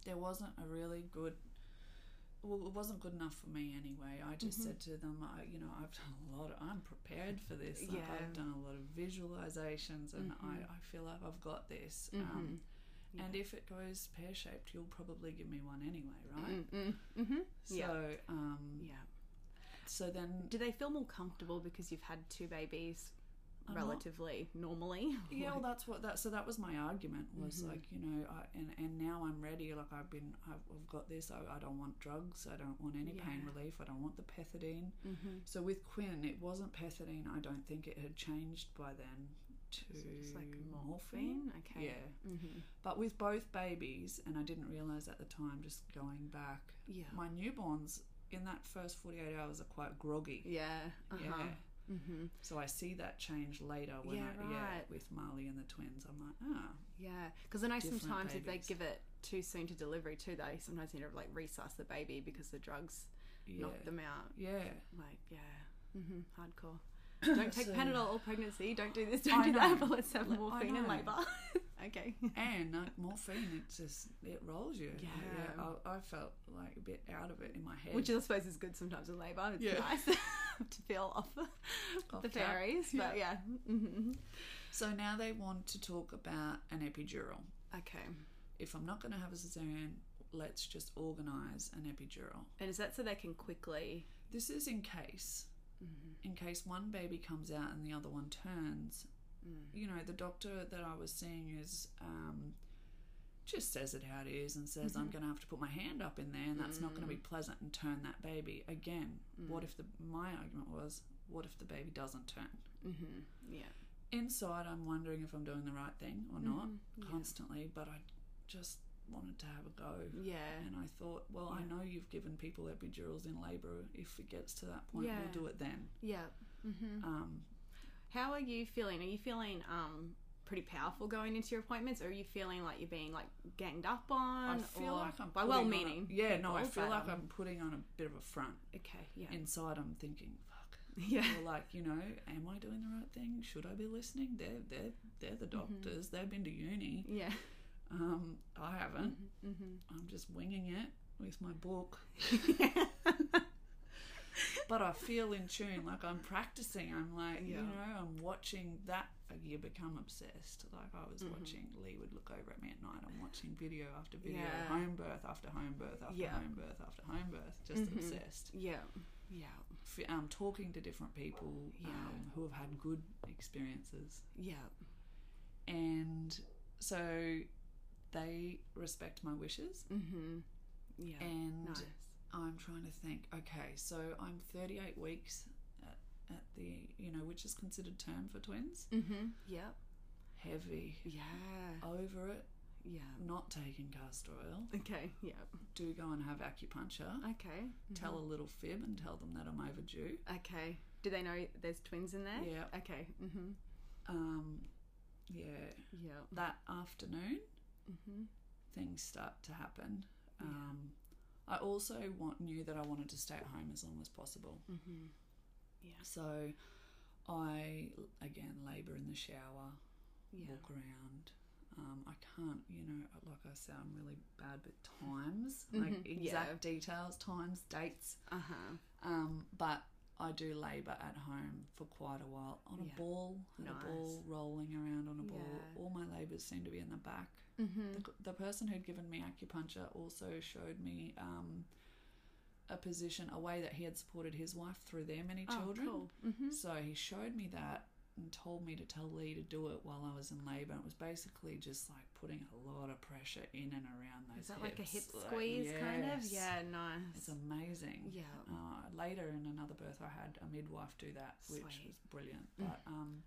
There wasn't a really good. Well, it wasn't good enough for me anyway. I just Mm-hmm. said to them, I, you know, I've done a lot. I'm prepared for this. Like, Yeah. Mm-hmm. I've done a lot of visualizations, and I, I feel like I've got this. Um, And if it goes pear shaped, you'll probably give me one anyway, right? Mm-hmm. So, Yeah. um, Yeah. so then, Do they feel more comfortable because you've had two babies I'm not- relatively normally? Uh-huh. <laughs> yeah, well, that's what that. So that was my argument was Mm-hmm. like, you know, I, and and now I'm ready. Like I've been, I've, I've got this. I, I don't want drugs. I don't want any pain relief. I don't want the pethidine. Mm-hmm. So with Quinn, it wasn't pethidine. I don't think it had changed by then to It's like morphine. morphine. Okay. Yeah, Mm-hmm. but with both babies, and I didn't realize at the time. Just going back, Yeah. my newborns in that first 48 hours are quite groggy. Yeah. Uh-huh. Yeah. Mm-hmm. So I see that change later when Yeah, I, yeah, right. with Marley and the twins. I'm like, ah, Yeah, because I know Different sometimes if they babies. give it too soon to delivery too, they sometimes need to like resize the baby because the drugs yeah. knock them out. Yeah. Like, yeah, hmm <coughs> hardcore. Don't take So- Panadol all pregnancy. Don't do this. Don't I do that. know. But let's have Like, I morphine and know. labour. <laughs> okay. And like morphine, it just it rolls you. Yeah. I, I felt like a bit out of it in my head. Which I suppose is good sometimes in labour. It's Yeah. nice <laughs> to feel off Off the track. fairies. But yeah. hmm so now they want to talk about an epidural. Okay. If I'm not going to have a cesarean, let's just organise an epidural. And is that so they can quickly? This is in case, in case one baby comes out and the other one turns. You know, the doctor that I was seeing is um, just says it how it is and says I'm going to have to put my hand up in there and that's not going to be pleasant and turn that baby again. What if the my argument was what if the baby doesn't turn? Mm-hmm. Yeah. Inside, I'm wondering if I'm doing the right thing or not Mm-hmm. constantly, but I just wanted to have a go. Yeah. And I thought, well, I know you've given people epidurals in labour. If it gets to that point, Yeah. we'll do it then. Yeah. Mm-hmm. Um, How are you feeling? Are you feeling um pretty powerful going into your appointments, or are you feeling like you're being like ganged up I on? feel or like I'm by putting well-meaning. <laughs> on a- yeah, no, I people, feel but, like um, I'm putting on a bit of a front. okay. Yeah. Inside, I'm thinking, fuck. <laughs> yeah. <laughs> Or like, you know, am I doing the right thing? Should I be listening? They're they're they're the Mm-hmm. doctors. They've been to uni. <laughs> Yeah. Mm-hmm. Um, I haven't. I'm just winging it with my book. but I feel in tune, like I'm practicing. I'm like, you Yeah. know, I'm watching that. You become obsessed. Like I Mm-hmm. was watching, Lee would look over at me at night. I'm watching video after video, Yeah. home birth after home birth after Yeah. Mm-hmm. home birth after home birth. Just obsessed. Yeah. Yeah. F- Um, talking to different people Yeah. um, who have had good experiences Yeah. and so they respect my wishes Mm-hmm. Yeah. and nice. i'm trying to think okay so i'm 38 weeks at, at the you know which is considered term for twins Mm-hmm. Yep. heavy Yeah. over it Yeah. not taking castor oil Okay. Yeah. do go and have acupuncture Okay. tell a little fib and tell them that i'm overdue Okay. Do they know there's twins in there? Yeah. Okay. Mm-hmm. um yeah Yeah. that afternoon Mm-hmm. things start to happen. Um, I also want, knew that I wanted to stay at home as long as possible. Mm-hmm. Yeah. So I, again, labour in the shower, Yeah. walk around. Um, I can't, you know, like I say, I'm really bad with times, Mm-hmm. like exact details, times, dates. Uh huh. Um, but I do labour at home for quite a while on Yeah. a ball, on Nice. a ball, rolling around on a ball. Yeah. Mm. All my labours seem to be in the back. Mm-hmm. The, c- the person who'd given me acupuncture also showed me um, a position, a way that he had supported his wife through their many Oh, children. Mm-hmm. So he showed me that and told me to tell Lee to do it while I was in labour. It was basically just like putting a lot of pressure in and around those. Is that like a hip uh, hips. squeeze kind of? yes. Yeah, nice. It's amazing. Yeah. Uh, later in another birth, I had a midwife do that, which Sweet. Mm. was brilliant. But um,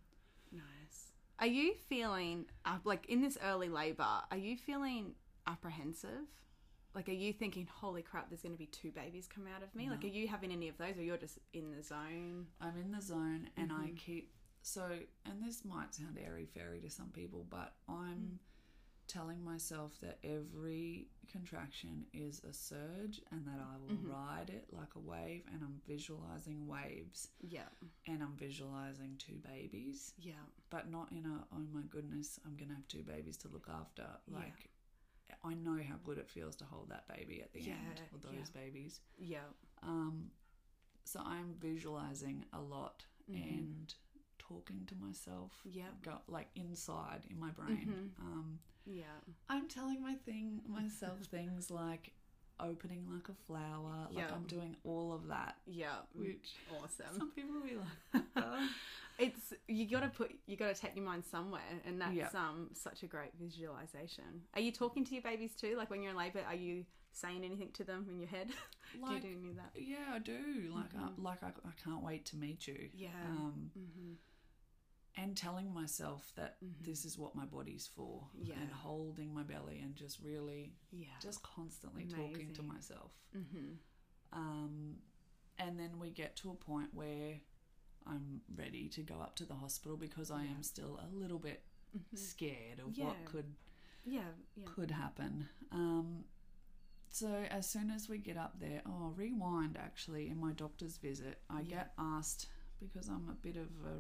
Nice. Are you feeling uh, like in this early labor? Are you feeling apprehensive? Like, are you thinking, "Holy crap, there's going to be two babies come out of me"? Like, are you having any of those, or you're just in the zone? I'm in the zone and Mm-hmm. I keep so and this might sound airy fairy to some people, but Mm. I'm telling myself that every contraction is a surge and that I Mm-hmm. will ride it like a wave and I'm visualizing waves Yeah, and I'm visualizing two babies. Yeah. But not in a oh my goodness, I'm gonna have two babies to look after. Like I know how good it feels to hold that baby at the Yeah, end or yeah. those babies. Yeah. Um, so I'm visualizing a lot Mm-hmm. and talking to myself. Mm-hmm. Yep. Mm-hmm. Go, like inside in my brain. Um, Yeah. I'm telling my thing <laughs> myself things like opening like a flower. Like Yeah. I'm doing all of that, Yeah. which Awesome. some people will be <laughs> like, "Uh, It's you gotta put you gotta take your mind somewhere and that's Yep. um such a great visualization. Are you talking to your babies too? Like when you're in labour, are you saying anything to them in your head? <laughs> do you <laughs> like do any of that? yeah, I do. Like I, like I, I can't wait to meet you. Yeah. Um, Mm-hmm. and telling myself that this is what my body's for. Yeah. And holding my belly and just really Yeah. just constantly talking to Amazing. myself. mm-hmm. Um, and then we get to a point where I'm ready to go up to the hospital because I am still a little bit scared of Hmm. Yeah. what could Mm-hmm. Yeah, yeah. could happen. Um, so as soon as we get up there, oh, rewind actually in my doctor's visit, I get asked because I'm a bit of a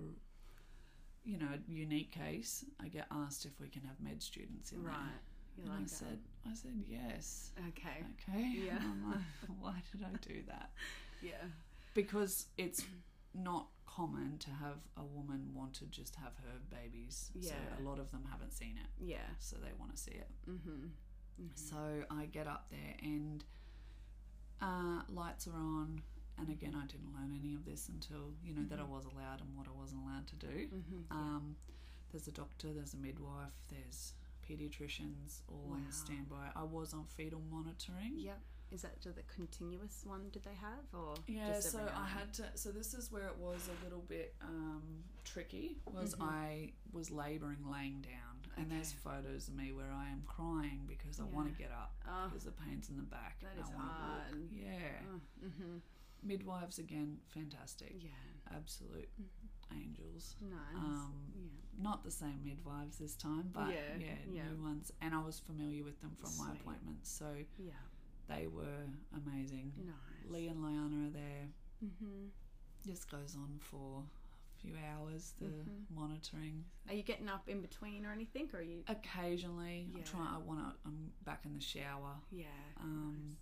you know unique case. I get asked if we can have med students in Right. there, You and I like that. said, I said yes Okay. okay Yeah. And <laughs> I'm <laughs> like, why did i do that Yeah. because it's not common to have a woman want to just have her babies Yeah. so a lot of them haven't seen it Yeah. so they want to see it Mm-hmm. so i get up there and uh, lights are on and again i didn't learn any of this until you know that Mm-hmm. i was allowed and what i wasn't allowed to do um, there's a doctor there's a midwife there's pediatricians all Wow. on standby i was on fetal monitoring Yep. Is that the continuous one? Did they have or Yeah, just so every now I and had to. So this is where it was a little bit um, tricky. Was Mm-hmm. I was labouring laying down, and there's photos of me where I am crying because I want Yeah. to get up Oh. because the pain's in the back. That and is I wanna walk. hard. Yeah, Mm-hmm. midwives again, fantastic, Yeah. Mm-hmm. absolute angels. Nice. Um, yeah. Not the same midwives this time, but Yeah, yeah, yeah. new ones, and I was familiar with them from my Sweet. appointments, so Yeah. they were amazing. Nice. Lee and Liana are there. Mm-hmm. just goes on for a few hours the monitoring Are you getting up in between or anything, or are you? occasionally Yeah. i'm trying i want to i'm back in the shower Yeah. um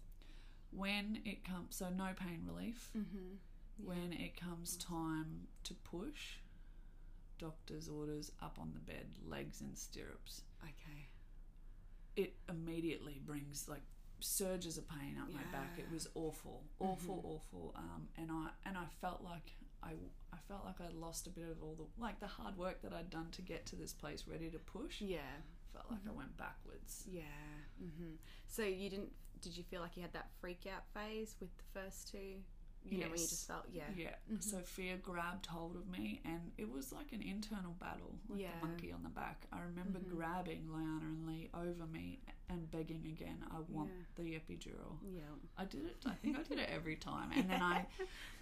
when it comes so no pain relief Mm-hmm. when it comes time to push doctor's orders up on the bed legs in stirrups Okay. it immediately brings like surges of pain up my back it was awful awful awful um and i and i felt like i i felt like i'd lost a bit of all the like the hard work that i'd done to get to this place ready to push Yeah. felt like Mm-hmm. i went backwards Yeah. Mm-hmm. So you didn't? Did you feel like you had that freak out phase with the first two you know, when you Yes. just felt, yeah. Mm-hmm. Yeah. So fear grabbed hold of me, and it was like an internal battle, like Yeah. Mm-hmm. the monkey on the back. I remember grabbing Liana and Lee over me and begging again, "I want Yeah. the epidural." Yeah. I did it. I think I did it every time, and <laughs> then I,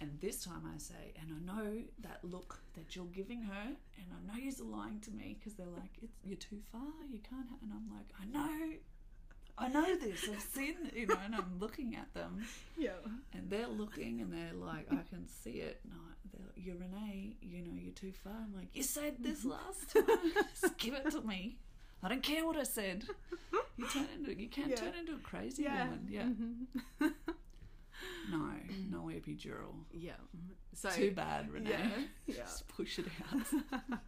and this time I say, and I know that look that you're giving her, and I know you're lying to me because they're like, it's you're too far, you can't, ha-. and I'm like, I know. I know this. I've seen, you know, and I'm looking at them, Yeah. and they're looking and they're like, I can see it. No, they're like, you're Renee, you know, you're too far. I'm like, you said this Mm-hmm. last time. Just give it to me. I don't care what I said. You turn into you can't Yeah. turn into a crazy Yeah. Mm. woman. Yeah. Mm-hmm. No, no epidural. Yeah. So Too bad, Renee. yeah. <laughs> Uh-huh. Yeah. <laughs> Just push it out.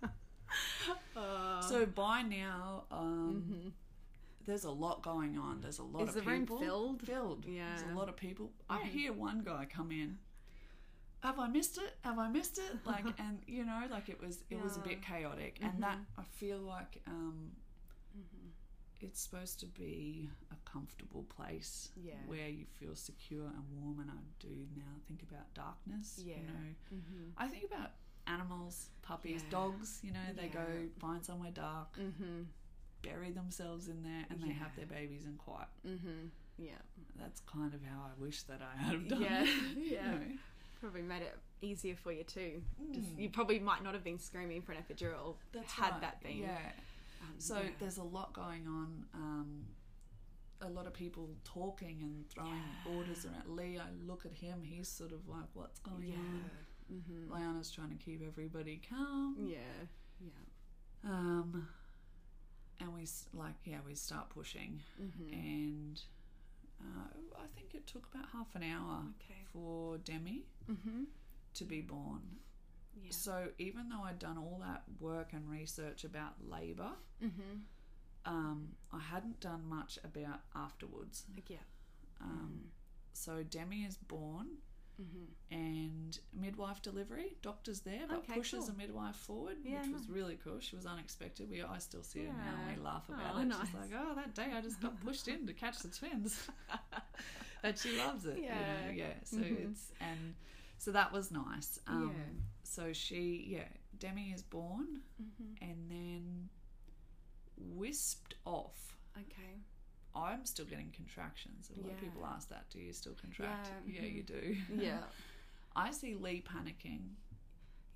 Uh, so by now, um, there's a lot going on. There's a lot Mm-hmm. is of the room people. filled? filled. There's Yeah. a lot of people. I hear one guy come in. Have I missed it? Have I missed it? <laughs> Like, and you know, like it was, it was a bit chaotic, and that Mm-hmm. I feel like um, it's supposed to be a comfortable place Yeah. where you feel secure and warm. And I do now think about darkness. Yeah. You know, Mm-hmm. I think about animals, puppies, Yeah. dogs. You know, they go Yeah. find somewhere dark, Mm-hmm. bury themselves in there, and they have Yeah. their babies in quiet Mm-hmm. Yeah. that's kind of how I wish that I had have <laughs> done Yeah, it. yeah. You know? Probably made it easier for you too. Just, Mm. you probably might not have been screaming for an epidural had right. that been. Yeah. Um, So yeah. there's a lot going on. Um, a lot of people talking and throwing orders around. Lee, I look at him. He's sort of like, what's going oh, yeah. on? Mm-hmm. Liana's trying to keep everybody calm. yeah. Yeah. Um, and we s- like, yeah, we start pushing, Mm-hmm. and uh, I think it took about half an hour Okay. for Demi Mm-hmm. to be born. Yeah. So even though I'd done all that work and research about labour, Mm-hmm. um, I hadn't done much about afterwards. Like, yeah. Mm. Um, So Demi is born, Mm-hmm. and midwife delivery. Doctor's there, but Okay, pushes cool. a midwife forward, Yeah, which was really cool. She was unexpected. We I still see her now and we laugh about Oh, it. nice. She's like, "Oh, that day I just got pushed in to catch the twins," <laughs> and she loves it. you Yeah. know, yeah. So Mhm. it's and so that was nice. Um, Yeah. So she, yeah, Demi is born, Mm-hmm. and then wisped off. Okay. I'm still getting contractions. A lot of Yeah. people ask that. Do you still contract? Yeah, mm-hmm. Yeah, you do. Yeah. <laughs> I see Lee panicking. <laughs>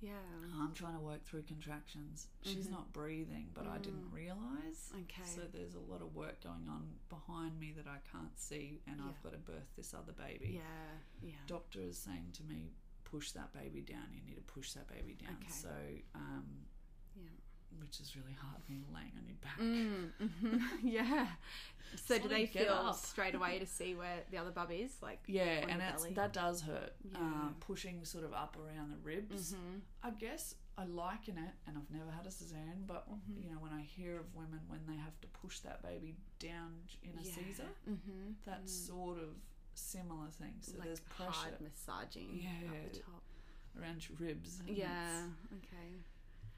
Yeah. I'm trying to work through contractions. She's not breathing, but I didn't realize. Mm-hmm. Mm. Okay. So there's a lot of work going on behind me that I can't see, and Yeah. I've got to birth this other baby. yeah. Yeah. Doctor is saying to me, push that baby down. You need to push that baby down. Okay. So, um, Yeah. which is really hard me laying on your back. Mm-hmm. <laughs> yeah. So do Sort they of get feel up. straight away <laughs> to see where the other bub is? Like, Yeah, on and your that's, belly. that does hurt. Yeah. Mm-hmm. Uh, pushing sort of up around the ribs. I guess I liken it, and I've never had a cesarean, Oh, but Mm-hmm. you know when I hear of women when they have to push that baby down j- in a Yeah. Caesar, mm-hmm. that's sort of similar thing. So like there's hard pressure massaging Yeah. up the top. around your ribs. and Yeah. it's- Okay.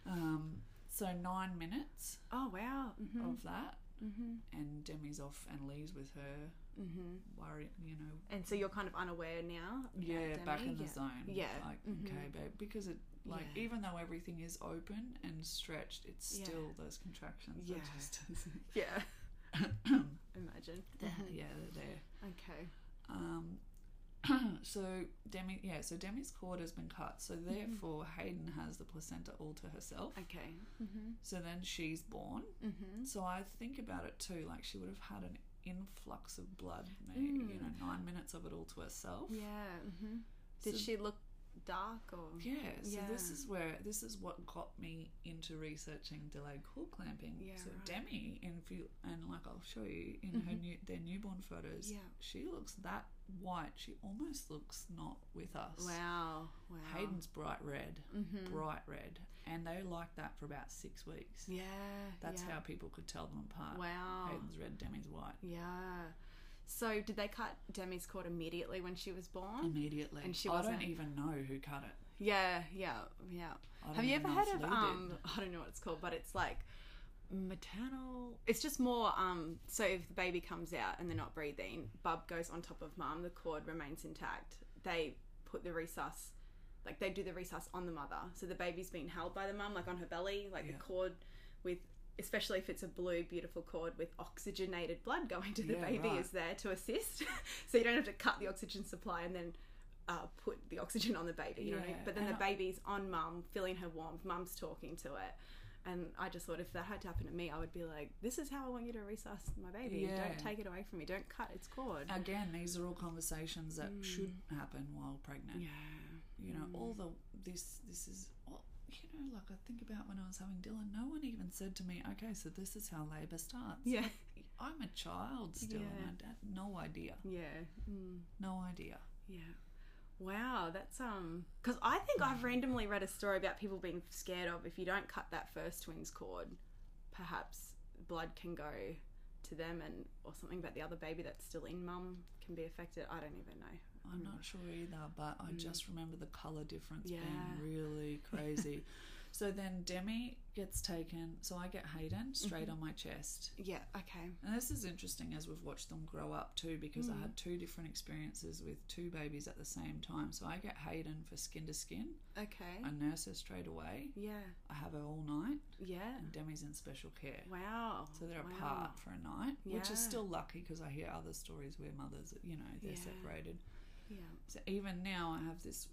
Um, so nine minutes Oh wow. Mm-hmm. of that, Mm-hmm. and Demi's off and leaves with her Mm-hmm. worry. You know, And so you're kind of unaware now. about yeah, back Demi? in the yeah. zone. Yeah. like Mhm. okay, babe, because it like Yeah. even though everything is open and stretched, it's Yeah. still those contractions. that Yeah. <laughs> just- <laughs> <coughs> Yeah. Imagine. Mm-hmm. yeah, they're there. Okay. Um, <clears throat> so Demi, yeah, so Demi's cord has been cut, Mm-hmm. so therefore Hayden has the placenta all to herself. Okay. Mm-hmm. So then she's born. Mm-hmm. So I think about it too, like she would have had an influx of blood, maybe you know, nine minutes of it all to herself. Mm. Yeah. Mm-hmm. Did So- she look dark or? Yeah, so this Yeah. is where this is what got me into researching delayed cord clamping. Yeah, so right. Mm-hmm. Demi, in few, and like I'll show you in her new their newborn photos, Yeah. she looks that white. She almost looks not with us. Wow. Wow. Hayden's bright red, Mm-hmm. bright red, and they like that for about six weeks. Yeah. That's yeah. how people could tell them apart. Wow. Hayden's red, Demi's white. Yeah. So did they cut Demi's cord immediately when she was born? Immediately, And she I don't wasn't- even know who cut it. Yeah, yeah, yeah. I don't Have you ever even know heard if of Lou did. um? I don't know what it's called, but it's like maternal. It's just more um. So if the baby comes out and they're not breathing, bub goes on top of mum. The cord remains intact. They put the resus, like they do the resus on the mother. So the baby's being held by the mum, like on her belly, like Yeah. the cord with, especially if it's a blue, beautiful cord with oxygenated blood going to the Yeah, baby right. is there to assist. <laughs> so you don't have to cut the oxygen supply and then uh, put the oxygen on the baby. You know, what I mean? Yeah, but then the and baby's on mum, feeling her warmth. Mum's talking to it. And I just thought if that had to happen to me, I would be like, "This is how I want you to resus my baby. Yeah. Um, Don't take it away from me. Don't cut its cord." Again, these are all conversations that should happen while pregnant. Mm. yeah. Mm. You know, all the this this is all, you know, like I think about when I was having Dylan, no one even said to me, "Okay, so this is how labor starts." <laughs> Yeah. I'm a child still, Yeah. and I had no idea, Yeah. Mm. no idea. Yeah. Wow, that's um cuz I think I've randomly read a story about people being scared of if you don't cut that first twin's cord, perhaps blood can go to them and or something about the other baby that's still in mum can be affected. I don't even know. I'm Mm. not sure either, but I just remember the color difference Yeah. <laughs> being really crazy. so then Demi gets taken, so I get Hayden Mm-hmm. straight on my chest. Yeah, okay. And this is interesting as we've watched them grow up too, because Hmm. I had two different experiences with two babies at the same time. So I get Hayden for skin to skin. Okay. I nurse her straight away. yeah. I have her all night. Yeah. And Demi's in special care. Wow. So they're wow. apart for a night, which Yeah. is still lucky because I hear other stories where mothers, you know, they're Yeah. separated. Yeah. So even now, I have this.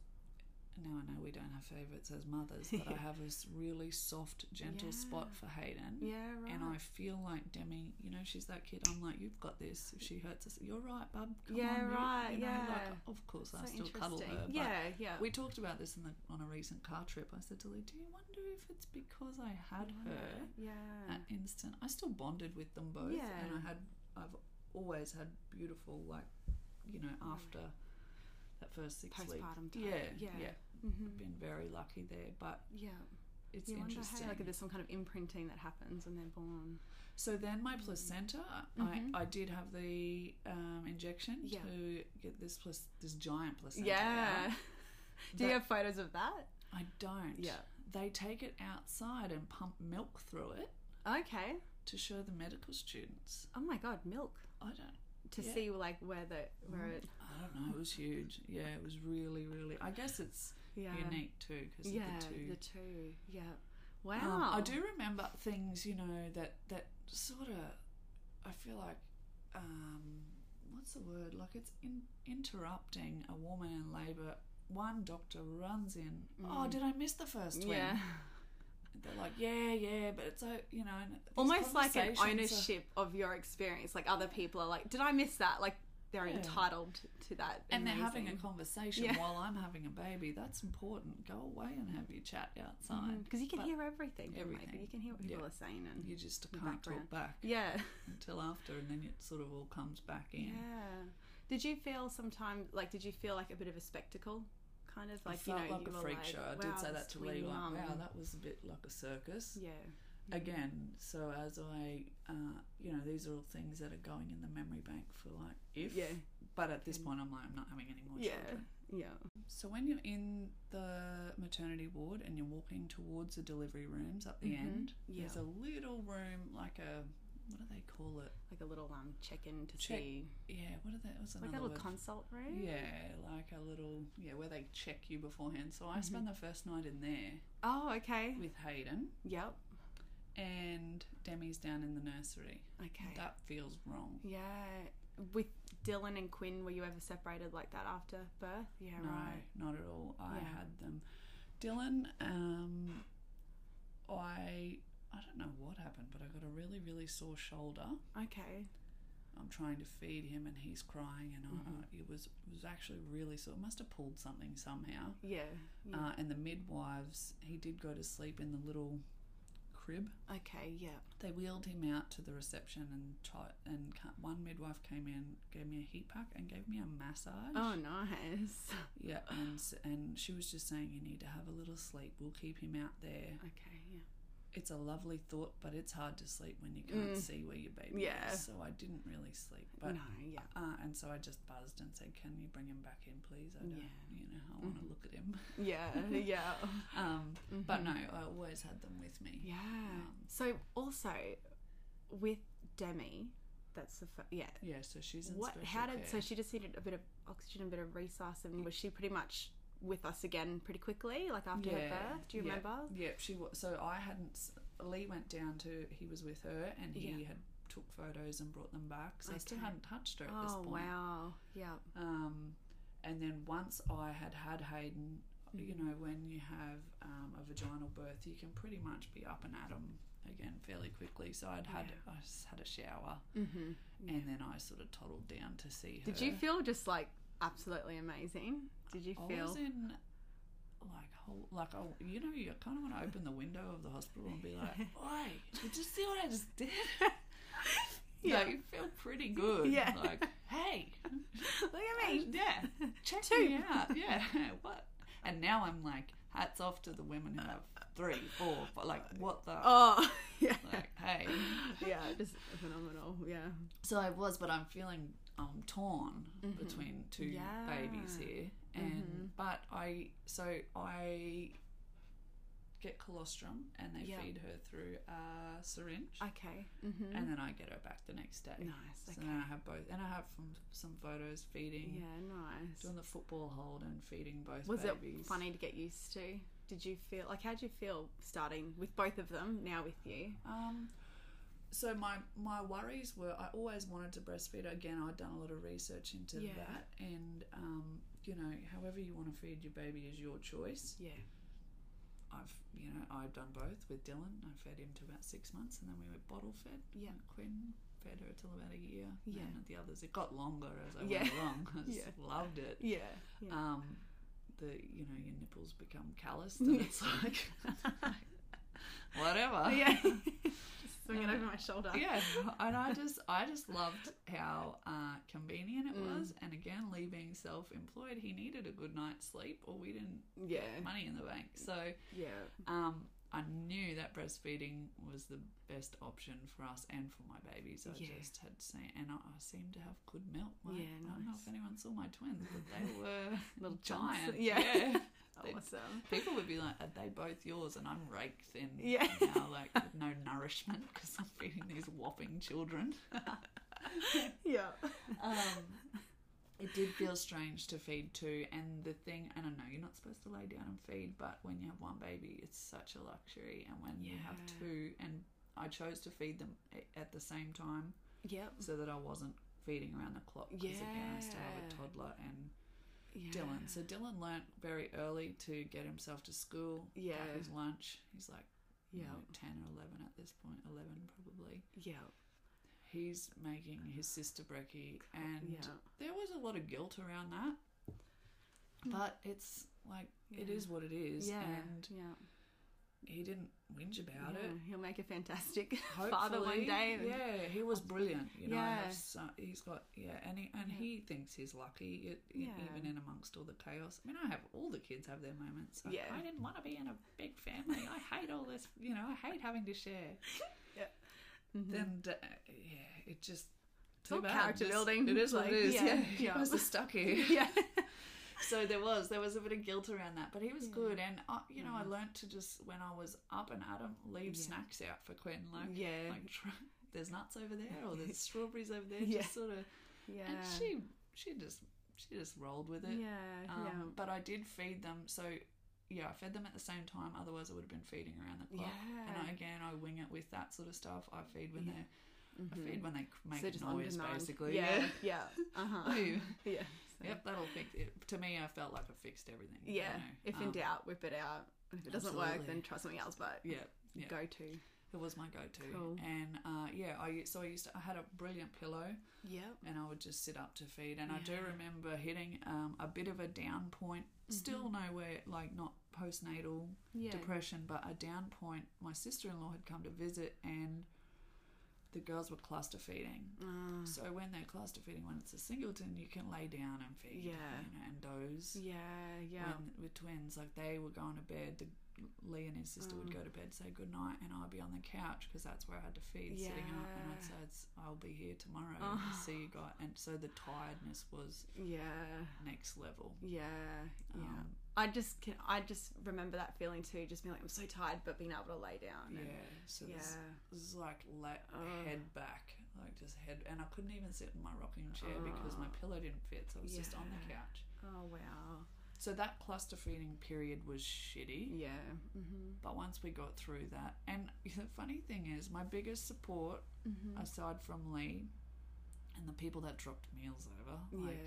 Now I know we don't have favourites as mothers, but <laughs> I have this really soft, gentle spot for Hayden. Yeah, right. And I feel like Demi, you know, she's that kid. I'm like, you've got this. If she hurts us, you're right, bub. Come Yeah, on, you- right, You know, yeah. Like, of course, I so still cuddle her. interesting. but Yeah, yeah. We talked about this in the, on a recent car trip. I said to Lee, do you wonder if it's because I had her yeah. that instant? I still bonded with them both, Yeah. and I had. I've always had beautiful, like, you know, after that first six weeks. Postpartum type. Yeah, yeah. Yeah. Mhm. Been very lucky there, but Yeah. it's You wonder interesting. how, like if there's some kind of imprinting that happens when they're born. So then my placenta, I, I did have the um, injection Mm-hmm. Yeah. to get this plas- this giant placenta. out. <laughs> Do you That- have photos of that? I don't. Yeah. They take it outside and pump milk through it Okay. to show the medical students. Oh my god, milk I don't. to Yeah. Mm-hmm. see like where the where it. I don't know. It was huge. Yeah, it was really, really. I guess it's Yeah. unique too because Yeah, of the two. the two. Yeah. Wow. Um, I do remember things, you know, that that sort of. I feel like, um, what's the word? Like it's in, interrupting a woman in labour. One doctor runs in. Oh, did I miss the first twin? Mm. Yeah. They're like, yeah, yeah, but it's uh, you know, and these Almost like an conversations are- ownership of your experience. Like other people are like, did I miss that? Like they're Yeah. entitled to that. and they're having a Amazing. conversation Yeah. while I'm having a baby. That's important. Go away and have your chat outside. because Mm, you can But hear everything. from, like, everything. You can hear what people Yeah. are saying and You just can't talk background. back Mm-hmm. yeah. until after, and then it sort of all comes back in. Yeah. Did you feel sometime like did you feel like a bit of a spectacle, kind of like I felt you know like you a were freak like, show. I wow, did say this that to twin Lee. Like, mum." wow, that was a bit like a circus. Yeah. Again, so as I, uh, you know, these are all things that are going in the memory bank for like if. Yeah. But at this point, I'm like, I'm not having any more Yeah. children. Yeah. So when you're in the maternity ward and you're walking towards the delivery rooms at the end, Mm-hmm. Yeah. there's a little room like a what do they call it? Like a little um check in to Check- see Yeah, what are they? What's like a another little word for- consult room. Yeah, like a little yeah where they check you beforehand. So Mm-hmm. I spent the first night in there Oh, okay. with Hayden. Yep. and Demi's down in the nursery. Okay. That feels wrong. Yeah. With Dylan and Quinn, were you ever separated like that after birth? Yeah, No, right. not at all. I Yeah. had them. Dylan, um, I I don't know what happened, but I got a really really sore shoulder. Okay. I'm trying to feed him, and he's crying, and Mm-hmm. I, it was it was actually really sore. It must have pulled something somehow. Yeah. Uh, and the midwives, he did go to sleep in the little crib. Okay. Yeah. They wheeled him out to the reception, and tried, and ca- one midwife came in, gave me a heat pack, and gave me a massage. Oh, nice. Yeah, and s- and she was just saying you need to have a little sleep. We'll keep him out there. Okay. Yeah. It's a lovely thought, but it's hard to sleep when you can't see where your Mm. baby Yeah. is. So I didn't really sleep, but no. Yeah. uh, and so I just buzzed and said, "Can you bring him back in, please? I don't, Yeah. Mm-hmm. you know, I want to look at him." <laughs> <laughs> Yeah. Yeah. Um, But no, I always had them with me. Yeah. So also with Demi, That's the fir- yeah. Yeah, so she's in What? special How did? care. So she just needed a bit of oxygen, a bit of resus, and was she pretty much with us again pretty quickly? Like after her Yeah, birth? Do you yeah. remember? Yep, she was. So I hadn't. s- Lee went down to. He was with her, and he Yeah. had took photos and brought them back. So I still Okay. hadn't touched her at this Oh point. wow. Yeah. Um, and then once I had had Hayden, Mm. you know, when you have um, a vaginal birth, you can pretty much be up and at 'em again fairly quickly. So I'd had I just had a shower, Mm-hmm. and then I sort of toddled down to see her. Did you feel just like absolutely amazing? Did you I was feel? in like whole like oh you know you kind of want to open the window of the hospital and be <laughs> like, "Oi, did you see what I just did?" yeah, Yeah. like, you feel pretty good. Yeah. like hey, <laughs> <laughs> Look at me. yeah, check me out. Yeah, <laughs> what? And now I'm like, hats off to the women who have three, four, but like what the <laughs> Oh <laughs> yeah. like hey. yeah, just phenomenal. Yeah. So I was, but I'm feeling um, torn between two Mm-hmm. Yeah. Mm-hmm. babies here, and but I so I get colostrum and they Yeah. feed her through a syringe, Okay. Mm-hmm. and then I get her back the next day. Nice. So Okay. now I have both, and I have from some photos feeding, Yeah. Nice. doing the football hold and feeding both. Was babies. it funny to get used to? Did you feel like how'd you feel starting with both of them now with you? Um, so my my worries were I always wanted to breastfeed. Again, I'd done a lot of research into Yeah. that, and um, you know, however you want to feed your baby is your choice. Yeah. I've you know I've done both with Dylan. I fed him to about six months, and then we went bottle fed. Yeah. And Quinn fed her till about a year. Yeah. And then the others, it got longer as I went Yeah. along. <laughs> I just Yeah. loved it. Yeah. Um, the you know your nipples become <laughs> calloused, and it's like <laughs> whatever. Uh. <laughs> yeah. Just swing it Uh, over my shoulder. <laughs> yeah and i just i just loved how uh, convenient it Mm. was and again lee being self-employed he needed a good night's sleep or we didn't Yeah. have money in the bank so Yeah. um, i knew that breastfeeding was the best option for us and for my babies i Yeah. just had seen and i, I seemed to have good milk my, Yeah, i don't know nice. if anyone saw my twins but <laughs> they were Little chunks. giant Yeah. yeah. They- <laughs> Awesome. People would be like, "Are they both yours?" And I'm raked in Yeah. now, like with no nourishment because I'm feeding these whopping children. Yeah. um, <laughs> it did feel strange to feed two, and the thing, and I know you're not supposed to lay down and feed, but when you have one baby, it's such a luxury, and when you have Yeah. two, and I chose to feed them a- at the same time Yep. so that I wasn't feeding around the clock because again, I still have Yeah. a toddler and Yeah. Dylan. So Dylan learnt very early to get himself to school, Yeah. pack his lunch. He's like, you Yeah. know, ten or eleven at this point, eleven probably. Yeah. He's making his sister brekkie, and Yeah. there was a lot of guilt around that. But it's like it is what it is, Hmm. Yeah. and yeah. he didn't whinge about yeah. it. He'll make a fantastic <laughs> father one Hopefully. day. and- yeah, he was brilliant. You know, I Yeah. have so, he's got yeah, and he and he thinks he's lucky, it, it- Yeah. even in amongst all the chaos. I mean, I have all the kids have their moments. Like, Yeah. I didn't want to be in a big family. I hate all this. You know, I hate having to share. Yeah. Mm-hmm. <laughs> Then d- yeah, it just all Hmm. character building, It is what like, it is. yeah, Yeah, <laughs> he yeah. was a stucky. Yeah. So there was there was a bit of guilt around that, but he was good, and I, you know I learnt to just when I was up and at him, leave snacks out for Quinn. Like Yeah. like try, <laughs> there's nuts over there or <laughs> there's strawberries over there. Yeah. Just sort of, Yeah. and she she just she just rolled with it. Yeah. Um, yeah. But I did feed them, so yeah, I fed them at the same time. Otherwise, I would have been feeding around the clock. oh, And Yeah. I, again, I wing it with that sort of stuff. I feed when Yeah. they Mm-hmm. I feed when they make so just on noise, demand. basically. <laughs> Uh-huh. Yeah. Yeah. Uh huh. Ooh. <laughs> Yeah. so- Yep, that'll fix it. To me, I felt like I fixed everything. you Yeah. know. If in Um, doubt, whip it out. And if it doesn't work, then absolutely. try something else. But Yeah, yeah. go to. it was my go-to, Cool. and uh, yeah, I so I used to, I had a brilliant pillow, Yep. and I would just sit up to feed, and I do remember hitting um, a bit of a down point, still nowhere like not postnatal Mm-hmm. Yeah. depression, but a down point. My sister-in-law had come to visit, and the girls were cluster feeding. Ah. So when they're cluster feeding, when it's a singleton, you can lay down and feed, Yeah. you know, and doze. yeah. Yeah. when with twins, like they were going to bed. The, Lee and his sister Mm. would go to bed, say good night, and I'd be on the couch because that's where I had to feed sitting up, and Yeah. I'd say it's, I'll be here tomorrow. Oh. See you guys. And so the tiredness was yeah. next level. Yeah. Yeah. Um, I just can. I just remember that feeling too. Just being like, I'm so tired, but being able to lay down. yeah. And, So yeah. this, this is like la- Oh. head back, like just head, and I couldn't even sit in my rocking chair because my pillow didn't fit, so it was just on the couch. Oh wow. So that cluster feeding period was shitty. Yeah. Mm-hmm. But once we got through that, and <laughs> the funny thing is, my biggest support, Mm-hmm. Mm. aside from Lee, and the people that dropped meals over, like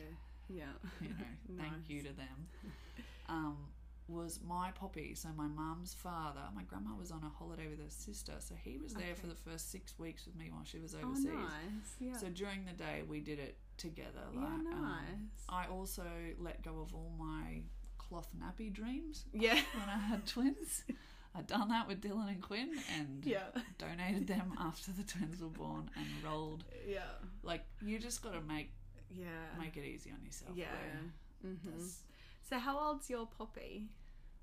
yeah. you <laughs> Yeah. know, thank you to <laughs> them, um, was my poppy. So my mum's father, my grandma was on a holiday with her sister, so he was there for the first six weeks with me while she was Oh, overseas. nice. Yeah. So during the day, we did it together. yeah, Like, nice. um, <laughs> I also let go of all my cloth nappy dreams yeah. when I <laughs> had twins. I'd done that with Dylan and Quinn and yeah. donated them after the twins were born and rolled. Yeah. Like you just gotta make Yeah. make it easy on yourself. yeah. where Mm-hmm. that's- So how old's your poppy?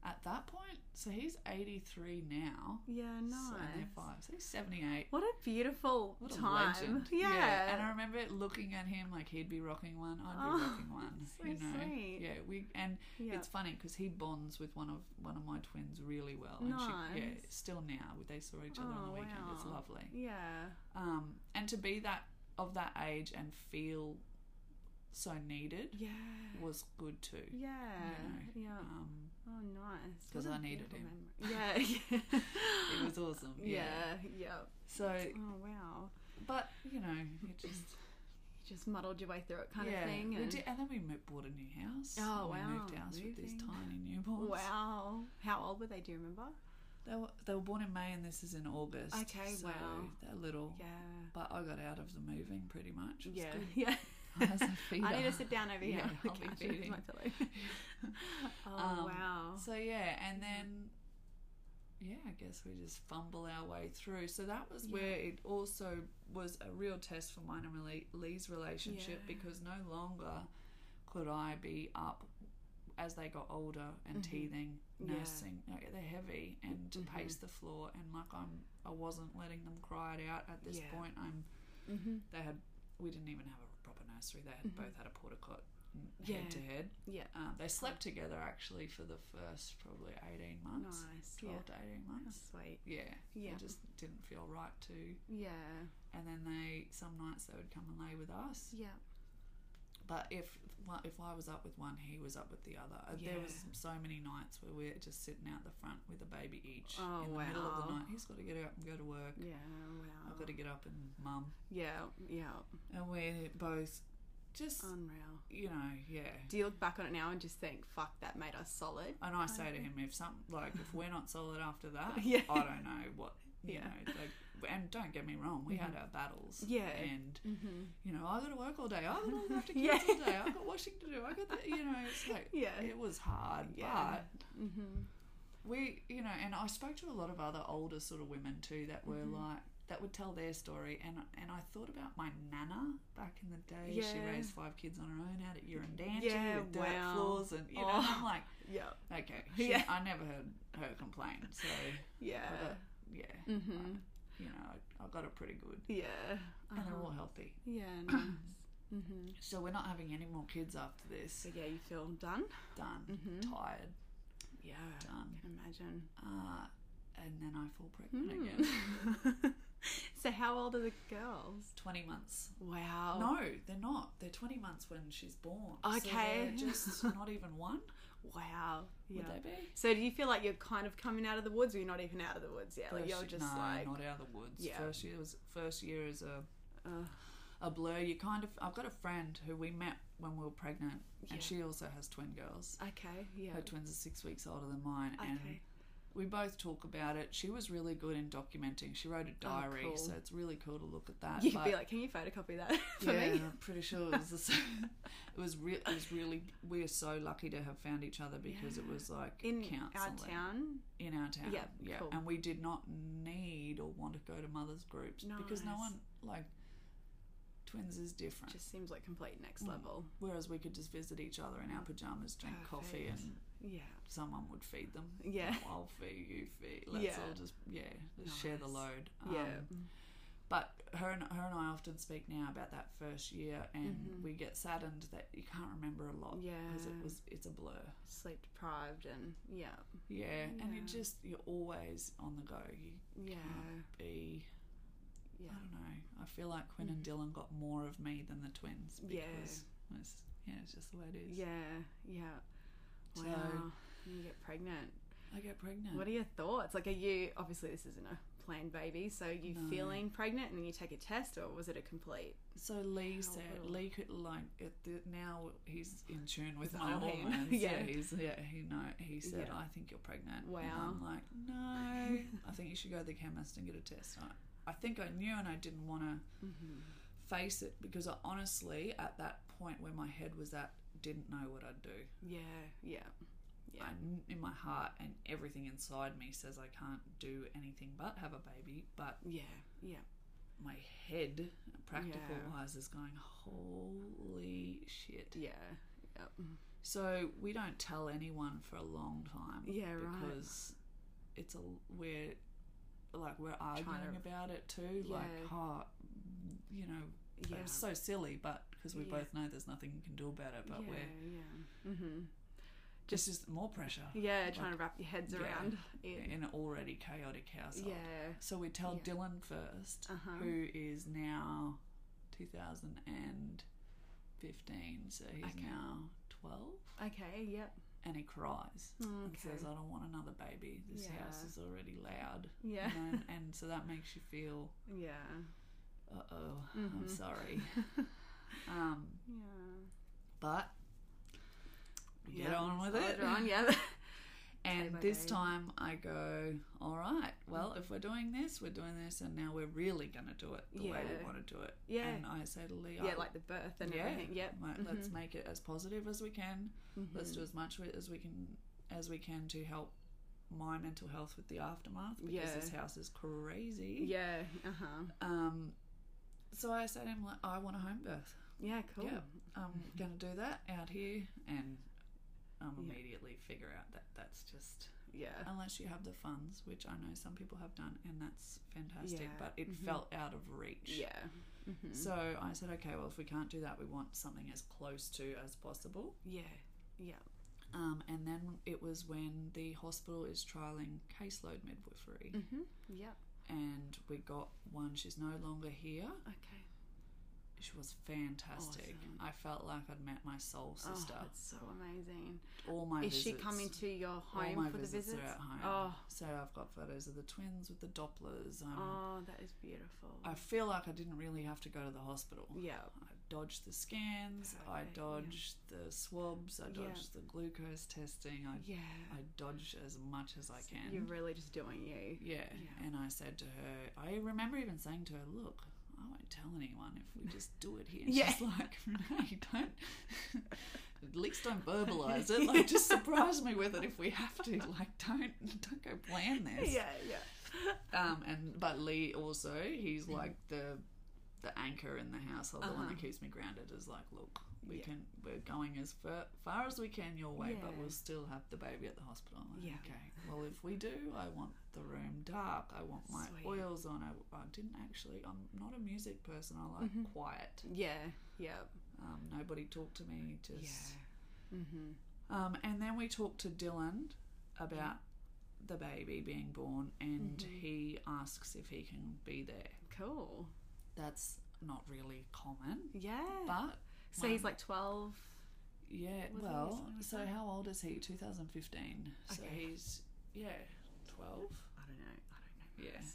At that point, so he's eighty three now. Yeah, nice. So, and they're five. So he's seventy eight. What a beautiful What a time. legend. <laughs> Yeah. And I remember looking at him like he'd be rocking one, I'd Oh, <laughs> be rocking one. so you know. sweet. Yeah, we and yeah. It's funny because he bonds with one of one of my twins really well, and she, yeah, Nice. still now they saw each other on Oh, the weekend. It's wow. lovely. yeah. Um, and to be that of that age and feel so needed Yeah. was good too. Yeah. you Yeah. Um, Oh, nice. 'Cause What a I needed beautiful <laughs> Memory. Yeah. <laughs> yeah. it was awesome. Yeah. yeah. Yeah. So, Oh wow. but you know, it just You just muddled your way through it, kind yeah. of thing. we and- did, and then we mo- bought a new house. Oh, we Moved wow, house with these moving. tiny newborns. Wow. How old were they? Do you remember? They were they were born in May, and this is in August. Okay, so wow. They're little. Yeah. But I got out of the moving pretty much. It Oh. was Yeah. <laughs> good. Yeah. <laughs> I was a feeder. I <laughs> need to sit down over here. Yeah, on <laughs> the I'll be couch with feeding. my <laughs> pillow. oh Um, wow. So yeah, and then yeah, I guess we just fumble our way through. So that was where it also was a real test for mine and Lee- Lee's relationship Yeah. because no longer could I be up as they got older and teething, Mm-hmm. Yeah. Mm-hmm. nursing. Like, they're heavy and to pace the floor and like I'm I wasn't letting them cry it out at this Yeah. point. I'm Mhm. they had we didn't even have a proper nursery. They had both had a portacot head to head. Mm-hmm. Yeah. Um, they slept together actually for the first probably 18 months, Nice. 12 Yeah. to 18 months. Sweet. Yeah. Yeah. It just didn't feel right to. Yeah. And then they, some nights they would come and lay with us. Yeah. But if one- if I was up with one, he was up with the other. Uh, There was so many nights where we're just sitting out the front with a baby each Oh, in the middle of the wow. night. He's got to get up and go to work. Yeah. I've Wow. got to get up and mum. Yeah. Yeah. And we're both Oh. just, Unreal. you know, yeah. Do you look back on it now and just think, "Fuck, that made us solid"? And I say to him, if some like if we're not <laughs> solid after that, Um, Yeah. I don't know what you Yeah. Mm-hmm. know. Like, and don't get me wrong, we had our battles. Yeah. and Mm-hmm. you know, I got to work all day. I got to look <laughs> after kids Yeah. all day. I got washing to do. I got the, you know, it's like Yeah. it was hard, Yeah. but. We, you know, and I spoke to a lot of other older sort of women too that were Mm-hmm. like that would tell their story, and and I thought about my nana back in the day. She Yeah. raised five kids on her own out at Urundanchi Yeah, with dirt wow. Oh. floors, and you know, and I'm like, Yeah. <laughs> Okay. She, Yeah. Uh. I never heard her complain. So, Yeah. I got, yeah. Mhm. I- you know, I, I got it pretty good. Yeah. Uh-huh. And they're all healthy. Yeah. <clears throat> Nice. mm-hmm. So, we're not having any more kids after this. So yeah, you feel done. Done. Mm-hmm. Tired. Yeah. Done. can imagine. Uh, and then I fall pregnant Hmm. again. <laughs> so how old are the girls? 20 months. Wow. No, they're not. They're 20 months when she's born. So Okay. <laughs> they're just not even one, Wow. Yeah. would they be? So do you feel like you're kind of coming out of the woods, or you're not even out of the woods yet? Like First you're year- just no, like, not out of the woods. Yeah. First year was first year is a Ugh. a blur. You kind of I've got a friend who we met when we were pregnant, and she also has twin girls. okay, yeah, Her twins are six weeks older than mine, and Okay. we both talk about it. She was really good in documenting. She wrote a diary, Oh, cool. so it's really cool to look <laughs> at that. you could but- be like, can you photocopy that <laughs> for yeah, me? I'm pretty sure it was the <laughs> same. it was real. It was really. We are so lucky to have found each other because it was like In our counseling town, in our town. Yeah, cool. And we did not need or want to go to mothers groups because no Nice. one like twins is different. just seems like complete next Mm. level. Whereas we could just visit each other in our pajamas, drink coffee, Perfect. and Yeah, someone would feed them. Yeah. Oh, I'll feed you, feed. Let's Yeah. all just yeah, let's share the Nice. load. Um, yeah, But her and her and I often speak now about that first year, and we get saddened that you can't remember a lot because Mm-hmm. Yeah. oh, it was it's a blur. sleep deprived and yeah, Yeah, and it just you're always on the go. You yeah, be Yeah. Mm-hmm. I don't know. I feel like Quinn and Dylan got more of me than the twins Yeah. because it's, yeah, it's just the way it is. Yeah. Yeah. Wow. So- you get pregnant. I get pregnant. What are your thoughts? Like, are you obviously this isn't a planned baby, so you No. feeling pregnant and then you take a test, or was it a complete? So Lee How said little. Lee could like it, the, now he's in tune with With my our hand. hormones. Yeah. yeah, he's yeah he know he said Yeah. I think you're pregnant. and Wow. I'm like <laughs> no, I think you should go to the chemist and get a test. I, I think I knew and I didn't want to face it because I honestly at that point where my head was at didn't know what I'd do. Yeah. Yeah. Yeah. I kn in my heart and everything inside me says I can't do anything but have a baby, but Yeah. Yeah. my head practical Yeah. wise is going holy shit. Yeah. Yep. So we don't tell anyone for a long time. Yeah, right. Because it's a we're like we're arguing to- about it too. Like, Yeah. oh, you know, Yeah. it's so silly, but because we Yeah. both know there's nothing you can do about it, but yeah. we're Yeah. Mm-hmm. just just more pressure Yeah. Trying to wrap your heads yeah. around it. in an already chaotic household. Yeah. So we tell Yeah. Dylan 1st Uh-huh. who is now 2015, so he's Okay. now 12, Okay. Yep. and he cries. and Okay. says, "I don't want another baby. This Yeah. house is already loud." Yeah. You know, and so that makes you feel, Yeah. "Uh oh, I'm Mhm. <laughs> sorry." um, Yeah. but we get on with soldier it. <laughs> On. Yeah. <laughs> And by this day. Mm-hmm. time, I go, "All right. Well, if we're doing this, we're doing this, and now we're really going to do it the way Yeah. we want to do it." Yeah. And I say to Leo, yeah. Like the birth and everything. Yep. Mm-hmm. like, Let's make it as positive as we can. Let's Mm. do as much wi- as we can as we can to help." My mental health with the aftermath because Yeah. this house is crazy. Yeah. Uh huh. Um, so I said to him, like, I want a home birth. Yeah. Cool. Yeah, I'm going to do that out here. And um, Mm-hmm. Yeah. immediately figure out that that's just, Yeah. unless you have the funds, which I know some people have done, and that's fantastic, Yeah. Mm-hmm. but it felt out of reach. Yeah. Mm-hmm. So I said, okay, well, if we can't do that, we want something as close to as possible. Yeah. Yeah. Um, and then it was when the hospital is trialing caseload midwifery, Mm-hmm. Yep. and we got one. She's no longer here. Okay. She was fantastic. Awesome. I felt like I'd met my soul sister. Oh, that's so amazing. all my Is visits, she coming to your all home my for the visits visits? Are at home. Oh. So I've got photos of the twins with the Dopplers. Um, Oh, that is beautiful. I feel like I didn't really have to go to the hospital. yeah. I dodged the scans. I Mm. Perfect, yeah. dodged the swabs. I Yeah. dodged the glucose testing. I Yeah. I dodged as much as I can. You're really just doing you. Yeah. Yeah. And I said to her, I remember even saying to her, look, I won't tell anyone if we just do it here. <laughs> And Yeah. She's like, Renee, don't, <laughs> at least don't <laughs> verbalize it. Like, just surprise me with it if we have to. Like, don't, don't go plan this. Yeah. Yeah. Um, and, but Lee also, he's like the, the anchor in the household, the one Uh-huh. that keeps me grounded is like, look, we Yeah. can, we're going as far, far as we can your way, but Yeah. we'll still have the baby at the hospital. I'm like, Yeah. Okay. Well, if we do, I want the room dark. I want my Sweet. oils on. I, I didn't actually. I'm not a music person. I like Mm-hmm. quiet. Yeah. Yep. Um, nobody talked to me. Just. Yeah. Mm-hmm. Um, and then we talked to Dylan about the baby being born, and Mm-hmm. he asks if he can be there. Cool. That's not really common, Yeah. but so he's like 12. yeah. Was he Well, something like so that? how old is he? 2015. So Okay. he's yeah, 12. I don't know. I don't know. Yeah.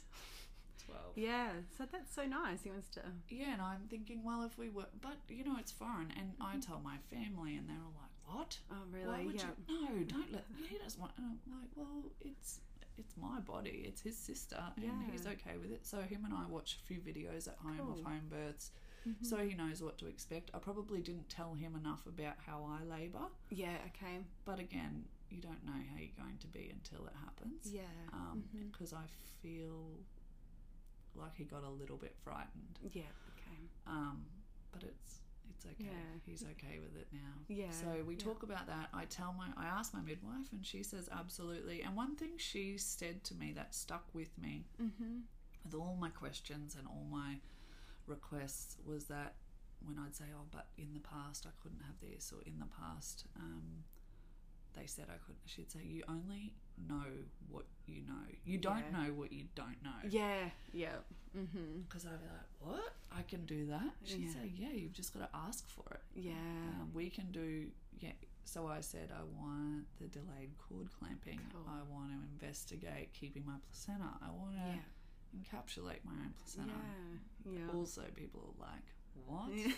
12. Yeah. So that's so nice. He wants to. Yeah, and I'm thinking, well, if we were, but you know, it's foreign, and I tell my family, and they're all like, "What? Oh, Why Mm-hmm. really? would Yeah. you? No, don't let. He doesn't want." And I'm like, "Well, it's it's my body. It's his sister, and Yeah. he's okay with it." So him and I watch a few videos at home Cool. Mm-hmm. of home births, so he knows what to expect. I probably didn't tell him enough about how I labour, Yeah. Okay. but again, you don't know how you're going to be until it happens. Yeah. Mm-hmm. because I feel like he got a little bit frightened. yeah. Okay. Um, but it's it's okay. Yeah. He's okay with it now. Yeah, So we yeah. talk about that. I tell my I ask my midwife and she says absolutely. And one thing she said to me that stuck with me Mm-hmm. with all my questions and all my requests was that when I'd say, Oh, but in the past I couldn't have this or in the past, um, they said I couldn't. She'd say, "You only know what you know. You don't Yeah. know what you don't know." Yeah, yeah. Mm-hmm. Because I'd be like, "What? I can do that?" She'd Yeah. say, "Yeah, you've just got to ask for it. Yeah. Um, we can do." Yeah. So I said, "I want the delayed cord clamping. Cool. I want to investigate keeping my placenta. I want to encapsulate my own Yeah. placenta." Yeah. Also, people are like, uh, "What?" Yeah.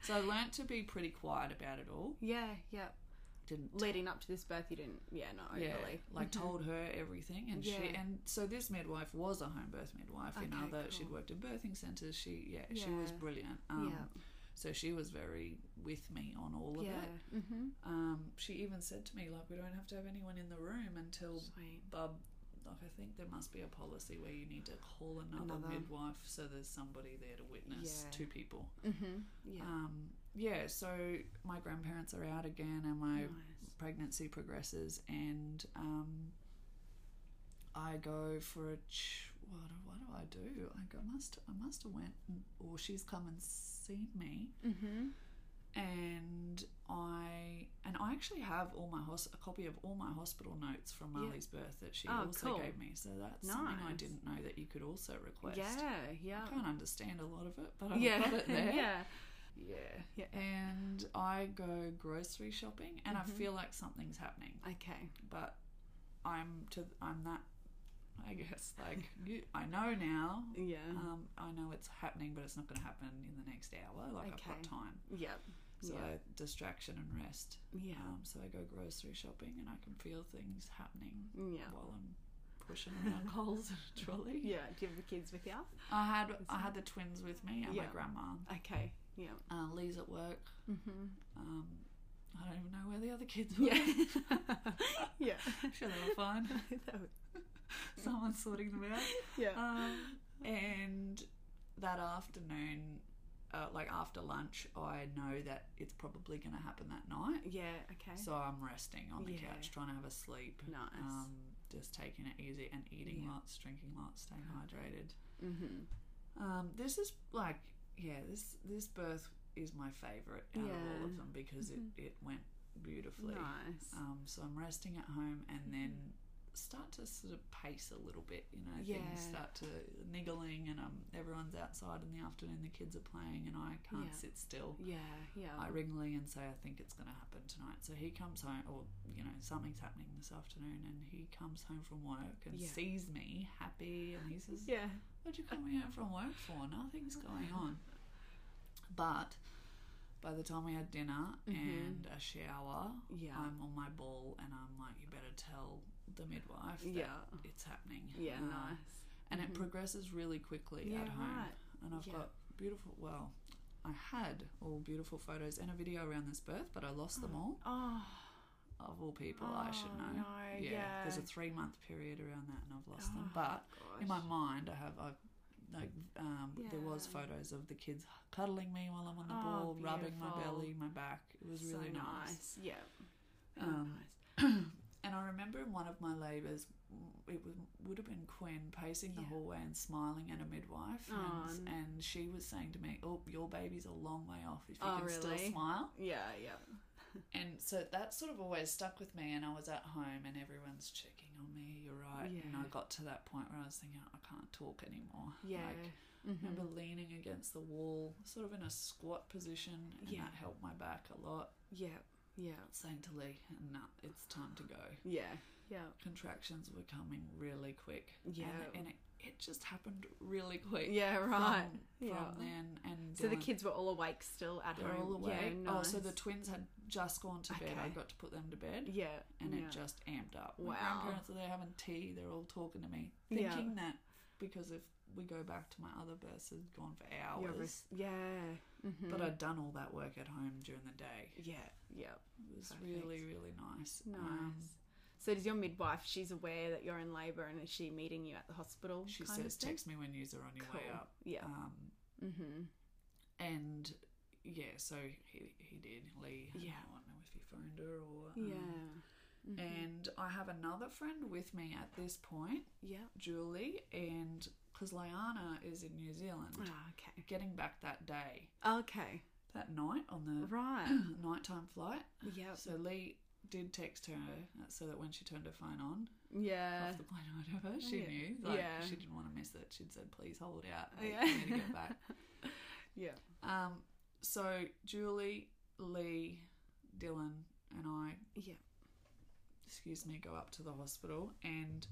So I learnt to be pretty quiet about it all. yeah, yeah. Didn't Leading up to this birth, you didn't, yeah, not overly. yeah, like told her everything, and she Mm-hmm. Yeah. and so this midwife was a home birth midwife. in Okay, other, she'd cool. worked in birthing centres. She yeah, she was Yeah. brilliant. Um, Yeah. So she was very with me on all of yeah. it. Mm-hmm. Um, she even said to me like, we don't have to have anyone in the room until Sweet. bub. Like I think there must be a policy where you need to call another, Another. midwife so there's somebody there to witness Yeah. two people. Mm-hmm. Yeah. Um, yeah. So my grandparents are out again, and my nice. pregnancy progresses and um, I go for a ch- what, do- what do I do? Like I must I must have went and- or she's come and seen me Mm-hmm. and I and I actually have all my hos- a copy of all my hospital notes from Yeah. Marley's birth that she Oh, also cool. gave me. So that's something I Nice. didn't know that you could also request. Yeah, I yeah. can't understand a lot of it, but I've yeah. <laughs> got it there. yeah. Yeah. Yeah. And I go grocery shopping and Mm-hmm. I feel like something's happening Okay. but I'm to I'm that I guess <laughs> like you, I know now. Yeah. Um, I know it's happening, but it's not going to happen in the next hour. Like I've got Okay. time, yeah. so yeah. distraction and rest. Yeah. Um, so I go grocery shopping, and I can feel things happening Yeah. while I'm <laughs> pushing around <laughs> coals in a trolley. Yeah. Do you have the kids with you? I had I had the twins with me and my Yeah. grandma. Okay. Yeah. Uh, Lee's at work. <laughs> Mm-hmm. Um, I don't even know where the other kids were. Yeah. yeah. <laughs> I'm <laughs> sure they were fine. That would- Someone's sorting them out. yeah. um, and that afternoon, uh, like after lunch, I know that it's probably going to happen that night. yeah. Okay. So I'm resting on the Yeah. couch, trying to have a sleep. nice. Um, just taking it easy and eating Yeah. Uh-huh. lots, drinking lots, staying hydrated. mm-hmm. Um, this is like, yeah, this this birth is my favorite out of all Yeah. Mm-hmm. of them because it, it went beautifully. Nice. Um, so I'm resting at home and Mm-hmm. then start to sort of pace a little bit. You know, Yeah. things start to niggling, and um, everyone's outside in the afternoon. The kids are playing, and I can't Yeah. sit still. yeah. Yeah. I ring Lee and say I think it's going to happen tonight. So he comes home, or you know, something's happening this afternoon, and he comes home from work and Yeah. sees me happy, and he says, yeah. "What'd you come home from work for? Nothing's going on." But by the time we had dinner Mhm. and a shower, Yeah. I'm on my ball and I'm like, you better tell the midwife that yeah. it's happening. Yeah. Um, Nice. And Mhm. it progresses really quickly Yeah. at home. Right. And I've Yeah. got beautiful, well, I had all beautiful photos and a video around this birth, but I lost them all. Oh. Of all people, I should Oh, know. no, There's a yeah. three month period around that and I've lost them. Oh, But in my gosh. mind, I have, I've, like, um, there was Yeah. photos of the kids cuddling me while I'm on the Oh, ball, rubbing my beautiful. belly, my back. It was so really nice. Yeah. Very Um, nice. And I remember in one of my labours, it would, would have been Quinn pacing the Yeah. hallway and smiling at a midwife. Aw, and, n- and she was saying to me, Oh, your baby's a long way off if you Oh, can still really? smile. Yeah. Yeah. And so that sort of always stuck with me. And I was at home and everyone's checking on me, you're right. And Yeah. I got to that point where I was thinking, I can't talk anymore. Yeah. Like, I Mhm. remember leaning against the wall, sort of in a squat position, and Yeah. that helped my back a lot. Yeah. Yeah. Saying to Lee, nah, it's time to go. Yeah. Yeah. contractions were coming really quick. Yeah. And, and it, it just happened really quick. Yeah, right. From, Yeah. from then. And So the Dylan- kids were all awake still at they're home. all awake. Yeah, Oh, so the nice. twins had just gone to bed. I Okay. got to put them to bed. yeah, And yeah. it just amped up. Wow. My grandparents are there having tea. They're all talking to me. Yeah. Thinking that because if we go back to my other births, had gone for hours. Your res- yeah, Mhm. But I'd done all that work at home during the day. yeah, yeah, It was Perfect. really, really nice. nice. Um, so does your midwife? She's aware that you're in labour, and is she meeting you at the hospital? she kind says, of thing? text me when you're on your way Cool. up. Yeah. Um, Mm-hmm. and yeah, so he he did Lee. Yeah. I don't know if he phoned her or um, Yeah. Mhm. And I have another friend with me at this point, yeah. Julie, and because Liana is in New Zealand, Ah, okay. getting back that day, Ah, Okay. that night on the Right. <clears throat> nighttime flight. Yeah. So Lee did text her uh, so that when she turned her phone on Yeah. Oh, off the plane or whatever, she yeah. knew. Like Yeah. she didn't want to miss it. She'd said, "Please hold out. Oh, wait yeah. for me to get back." <laughs> Yeah. Um, so Julie, Lee, Dylan, and I, Yeah. excuse me, go up to the hospital, and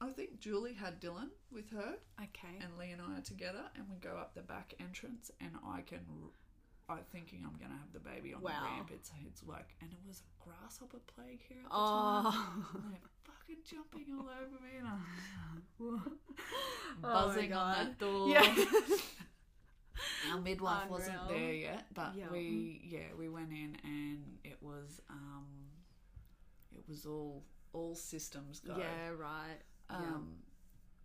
I think Julie had Dylan with her, Okay. and Lee and I are together, and we go up the back entrance, and I can. I thinking I'm gonna have the baby on Wow. the ramp. It's it's like, and it was a grasshopper plague here at the time. Oh. And they're fucking jumping all over me, and <laughs> I'm Oh my buzzing on God. that <laughs> door. Yeah. <laughs> Our midwife wasn't Unreal. there yet, but Yeah. we yeah we went in and it was um it was all all systems go yeah. Right. um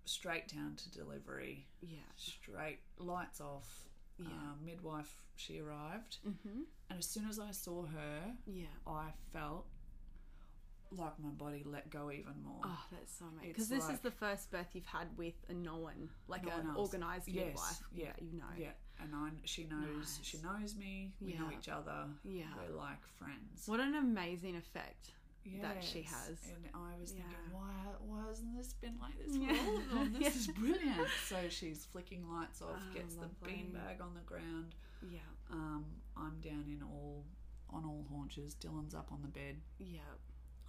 straight down to delivery Yeah. straight lights off Yeah. Uh, midwife she arrived Mm-hmm. and as soon as I saw her Yeah. I felt like my body let go even more Oh, that's so amazing. It's Because this is like- the first birth you've had with a no one, like No one an else. organised Yes, midwife. yeah, that You know. yeah and I she knows she knows me we know Yeah. each other Yeah. we're like friends What an amazing effect. that she Yes, has. And I was thinking, Yeah. why, why hasn't this been like this Yeah. for all <laughs> of them? This Yeah. is brilliant. So she's flicking lights off, Oh, gets the lovely. beanbag on the ground. Yeah. Um, I'm down in all on all haunches. Dylan's up on the bed. Yeah.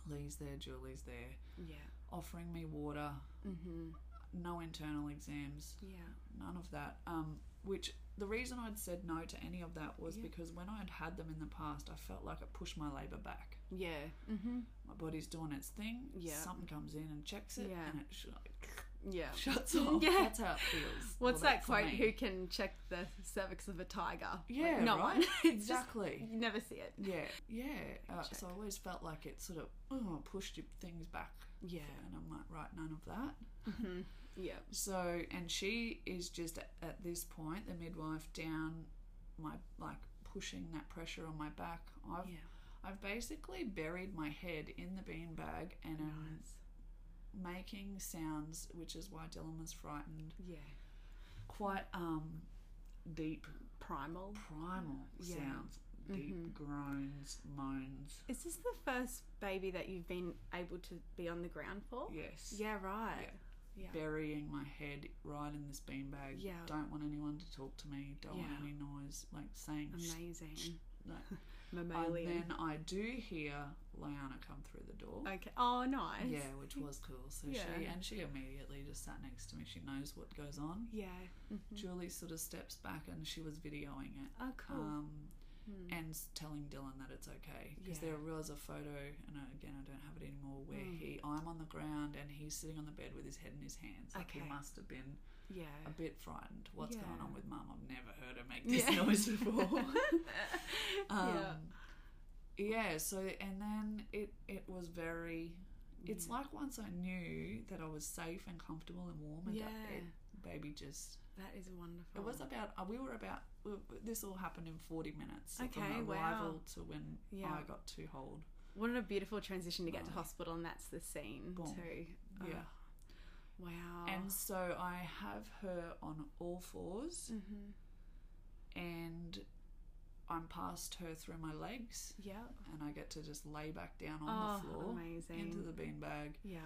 Lee's there. Julie's there, Yeah. offering me water. Mm-hmm. No internal exams. Yeah. None of that. Um, which the reason I'd said no to any of that was Yeah. because when I'd had them in the past, I felt like it pushed my labour back. Yeah. Mm-hmm. my body's doing its thing. Yeah. Something comes in and checks it, Yeah. and it sh- like, <laughs> <laughs> Yeah. shuts off. Yeah. That's how it feels. <laughs> What's Well, that for quote? me. Who can check the cervix of a tiger? Like, Yeah, no right? one. <laughs> It's just- exactly. you never see it. Yeah, yeah. Uh, Check. so I always felt like it sort of oh, pushed your things back. Yeah. And I'm like, right, none of that. Mm-hmm. Yeah. So, and she is just at, at this point, the midwife down my like pushing that pressure on my back. I've Yeah. I've basically buried my head in the beanbag and am making sounds, which is why Dylan was frightened. Yeah. quite um deep Primal. primal Yeah. Mm-hmm. sounds deep groans moans Is this the first baby that you've been able to be on the ground for? yes Oh, Yeah, right. Yeah. burying my head right in this beanbag Yeah. don't want anyone to talk to me don't want Yeah. any noise like saying sh- Amazing. <laughs> no. and <laughs> Mammalian. then i do hear Liana come through the door okay. Oh, nice. yeah which was cool so she Yeah. and she immediately just sat next to me she knows what goes on Yeah. Mm. julie sort of steps back and she was videoing it Oh, cool. Hmm. um, and s- telling Dylan that it's okay because Yeah. Hmm. there was a photo, and I, again I don't have it anymore, where he I'm on the ground and he's sitting on the bed with his head in his hands. Like Okay. he must have been yeah. <laughs> a bit frightened. What's going Yeah. on with Mum? I've never heard her make this Yeah. <laughs> noise before. Oh um, Yeah. yeah. So and then it it was very. It's like once I knew that I was safe and comfortable and warm, and that Yeah. it, baby just That is wonderful. it was about uh, we were about we, this all happened in 40 minutes so Okay, from wow. arrival to when Yeah. I got to hold What a beautiful transition to get to Oh. hospital, and that's the scene Boom. too. Oh, yeah wow. and so I have her on all 4s Mhm. and I'm past her through my legs yeah. and I get to just lay back down Oh, on the floor amazing. into the beanbag yeah.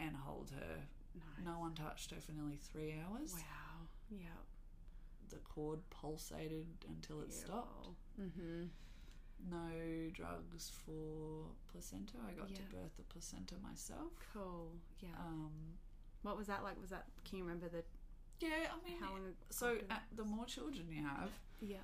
and hold her Nice. no one touched her for nearly three hours Wow. Yeah. the cord pulsated until it stopped Mm-hmm. no drugs for placenta I got to Yeah. birth the placenta myself Cool. Yeah. Um, what was that like? Was that? Can you remember the yeah, I mean, how long? so after uh, that? the more children you have, yeah.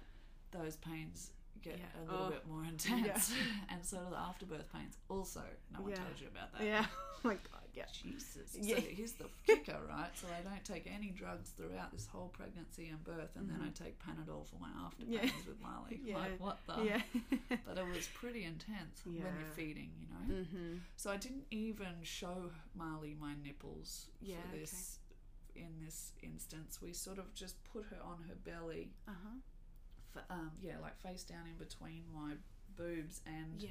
those pains get Yeah. a little Oh. bit <laughs> more <laughs> intense, and so do the afterbirth pains. Also, no one Yeah. tells you about that. <laughs> Yeah. <laughs> oh my god. Yeah. Jesus. Yeah. So here's the kicker, right? So I don't take any drugs throughout this whole pregnancy and birth, and then I take Panadol for my after Mm-hmm. Yeah. pains <laughs> with Marley. Yeah. Like what the? <laughs> yeah. But it was pretty intense when Yeah. you're feeding, you know. mm-hmm. So I didn't even show Marley my nipples Yeah, for okay. this. In this instance, we sort of just put her on her belly, Uh huh. fa- um, yeah, like face down in between my boobs, and Yeah.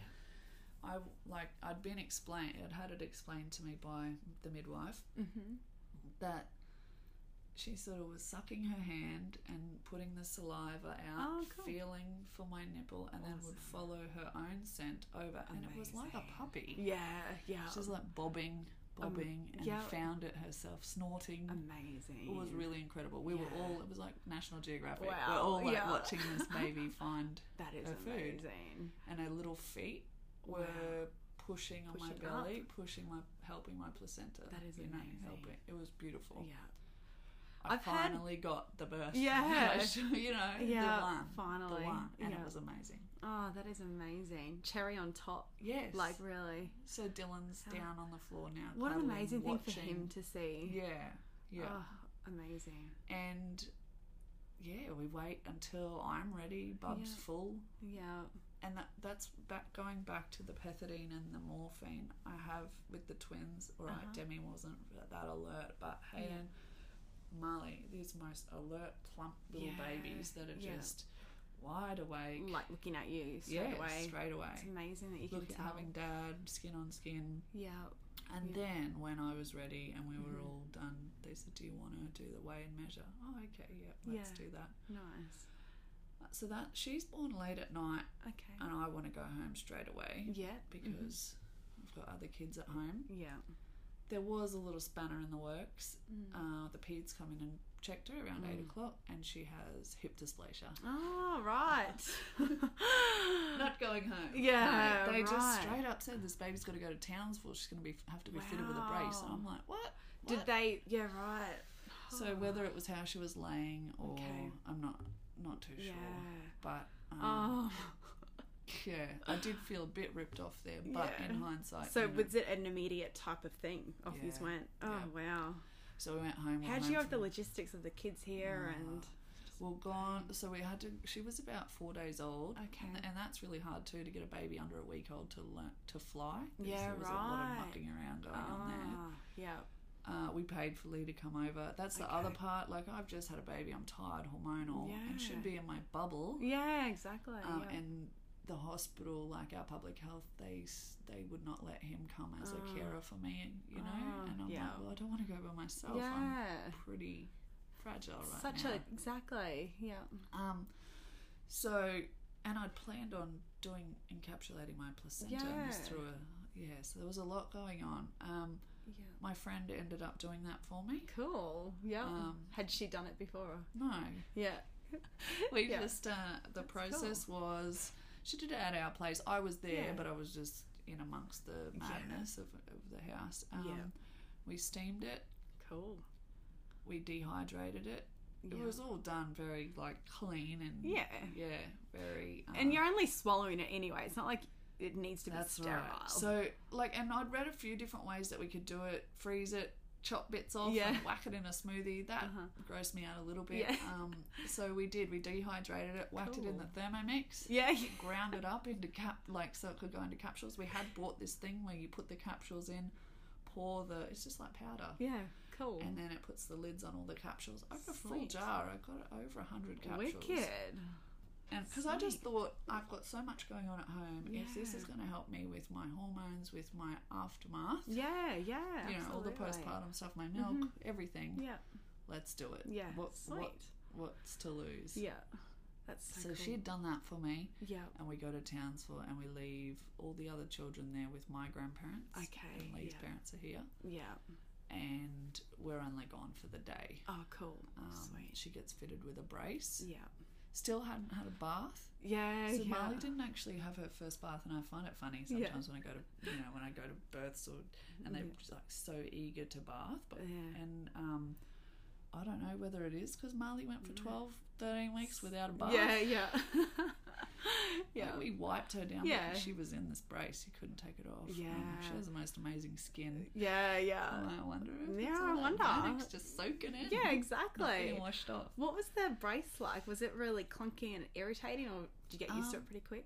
I like I'd been explained, I'd had it explained to me by the midwife Mm-hmm. that she sort of was sucking her hand and putting the saliva out, Oh, cool. feeling for my nipple, and then would follow her own scent over. And it was like a puppy. Yeah, yeah. She's like bobbing, bobbing, and Um, yeah. found it herself, snorting. amazing. It was really incredible. We were Yeah. all, it was like National Geographic. We're Wow, all like yeah. watching <laughs> this baby find, that is her food. amazing. and her little feet were pushing on Pushing my belly, pushing my, helping my placenta. That is you know, amazing. helping. It was beautiful. Yeah. I I've had- finally got the birth. Yeah. <laughs> you know, Yeah, the one. finally. The one. And Yeah. it was amazing. Oh, that is amazing. Cherry on top. Yes. Like really. so Dylan's down on the floor now. What an cuddling, amazing thing for watching. him to see. Yeah. Yeah. Oh, amazing. And yeah, we wait until I'm ready, Bub's Yeah. full. Yeah. And that, that's back going back to the pethidine and the morphine I have with the twins. All Uh-huh. right, Demi wasn't that alert, but Hayden, Marley, these most alert, plump little Yeah. babies that are Yeah. just wide awake. Like looking at you straight yeah, away. straight away. It's amazing that you Look, can tell. having dad skin on skin, yeah. and Yeah. Mm-hmm. then when I was ready and we were all done, they said, "Do you want to do the weigh and measure?" Oh, okay, yeah, let's Yeah. do that. Nice. So that she's born late at night, Okay. and I want to go home straight away Yeah. because I've got other kids at home. Yeah. There was a little spanner in the works. Um, Mm-hmm. Uh, the peds come in and checked her around Mm. eight o'clock, and she has hip dysplasia. <gasps> Oh <laughs> right. Not going home. Yeah, No, they just right. straight up said this baby's got to go to Townsville. She's going to be have to be fitted with a brace. And I'm like, what? Did What? they? Yeah. Right. So whether it was how she was laying or Okay. I'm not not too Yeah. sure. But um, Oh. yeah, I did feel a bit ripped off there. But Yeah. in hindsight, So you know, was it an immediate type of thing? Off you Yeah. went. Oh Yeah. wow. so we went home. we How'd home you have the from- logistics of the kids Ah, here and? Well, gone. So we had to. She was about four days old. Okay. and, and that's really hard too to get a baby under a week old to learn to fly. 'cause Yeah, There was a lot of right. Ah. mucking around going on there. yeah. Uh, we paid for Lee to come over. That's the other part. Like I've just had a baby. I'm tired, hormonal, and should Yeah. be in my bubble. Yeah, exactly. Um, yeah. And the hospital, like our public health, they s- they would not let him come as a carer for me. You know, Ah, and I'm yeah. like, well, I don't want to go by myself. I'm yeah. pretty fragile right Such now. a exactly. Yeah. Um, so, and I'd planned on doing encapsulating my placenta and was Yeah. through a yeah. So there was a lot going on. Um, Yeah. my friend ended up doing that for me. Cool. Yeah. Um, Had she done it before? No, <laughs> Yeah. we Yeah. just uh, the process was she did it at our place. I was there, Yeah. but I was just in amongst the madness of, of the house. Um, Yeah. we steamed it. Cool. We dehydrated it. It was all done very like clean and Yeah. yeah, very. Um, And you're only swallowing it anyway. It's not like it needs to be That's sterile. right. So, like, and I'd read a few different ways that we could do it: freeze it, chop bits off, Yeah. Uh-huh. and whack it in a smoothie. That grossed me out a little Yeah. bit. <laughs> Um, so we did. We dehydrated it, whacked it in the Thermomix, <laughs> yeah. ground it up into cap, like so it could go into capsules. We had bought this thing where you put the capsules in, pour the. It's just like powder. <laughs> Yeah. Cool. And then it puts the lids on all the capsules. I got a full Sweet. jar. I got over a hundred capsules. Wicked. And because I just thought I've got so much going on at home, if this Yeah. is going to help me with my hormones, with my aftermath, Yeah. Yeah. you know, all the absolutely. Mm-hmm. postpartum stuff, my milk, everything, Yeah. let's do it. Yeah. what, Sweet. what what's to lose? Yeah. That's so, So cool. she'd done that for me, Yeah. and we go to Townsville and we leave all the other children there with my grandparents. Okay, and Lee's yeah. parents are here, Yeah. and we're only gone for the day. Oh, cool. Um, Sweet. She gets fitted with a brace. Yeah. Still hadn't had a bath. Yeah. So yeah. Marley didn't actually have her first bath, and I find it funny Yeah. sometimes when I go to you know when I go to births or and they're just like so eager to bath, but Yeah. and um, I don't know whether it is because Marley went for 12, 13 weeks without a bath. Mm. Yeah. <laughs> Yeah. Like, yeah. we wiped her down. Yeah, Yeah. she was in this brace; you couldn't take it off. Um, Yeah. she has the most amazing skin. Yeah. Oh, Yeah. I wonder. If yeah, it's all I that wonder. Maddox just soaking in. Yeah. not being Exactly. washed off. What was the brace like? Was it really clunky and irritating, or did you get used to Um, it pretty quick?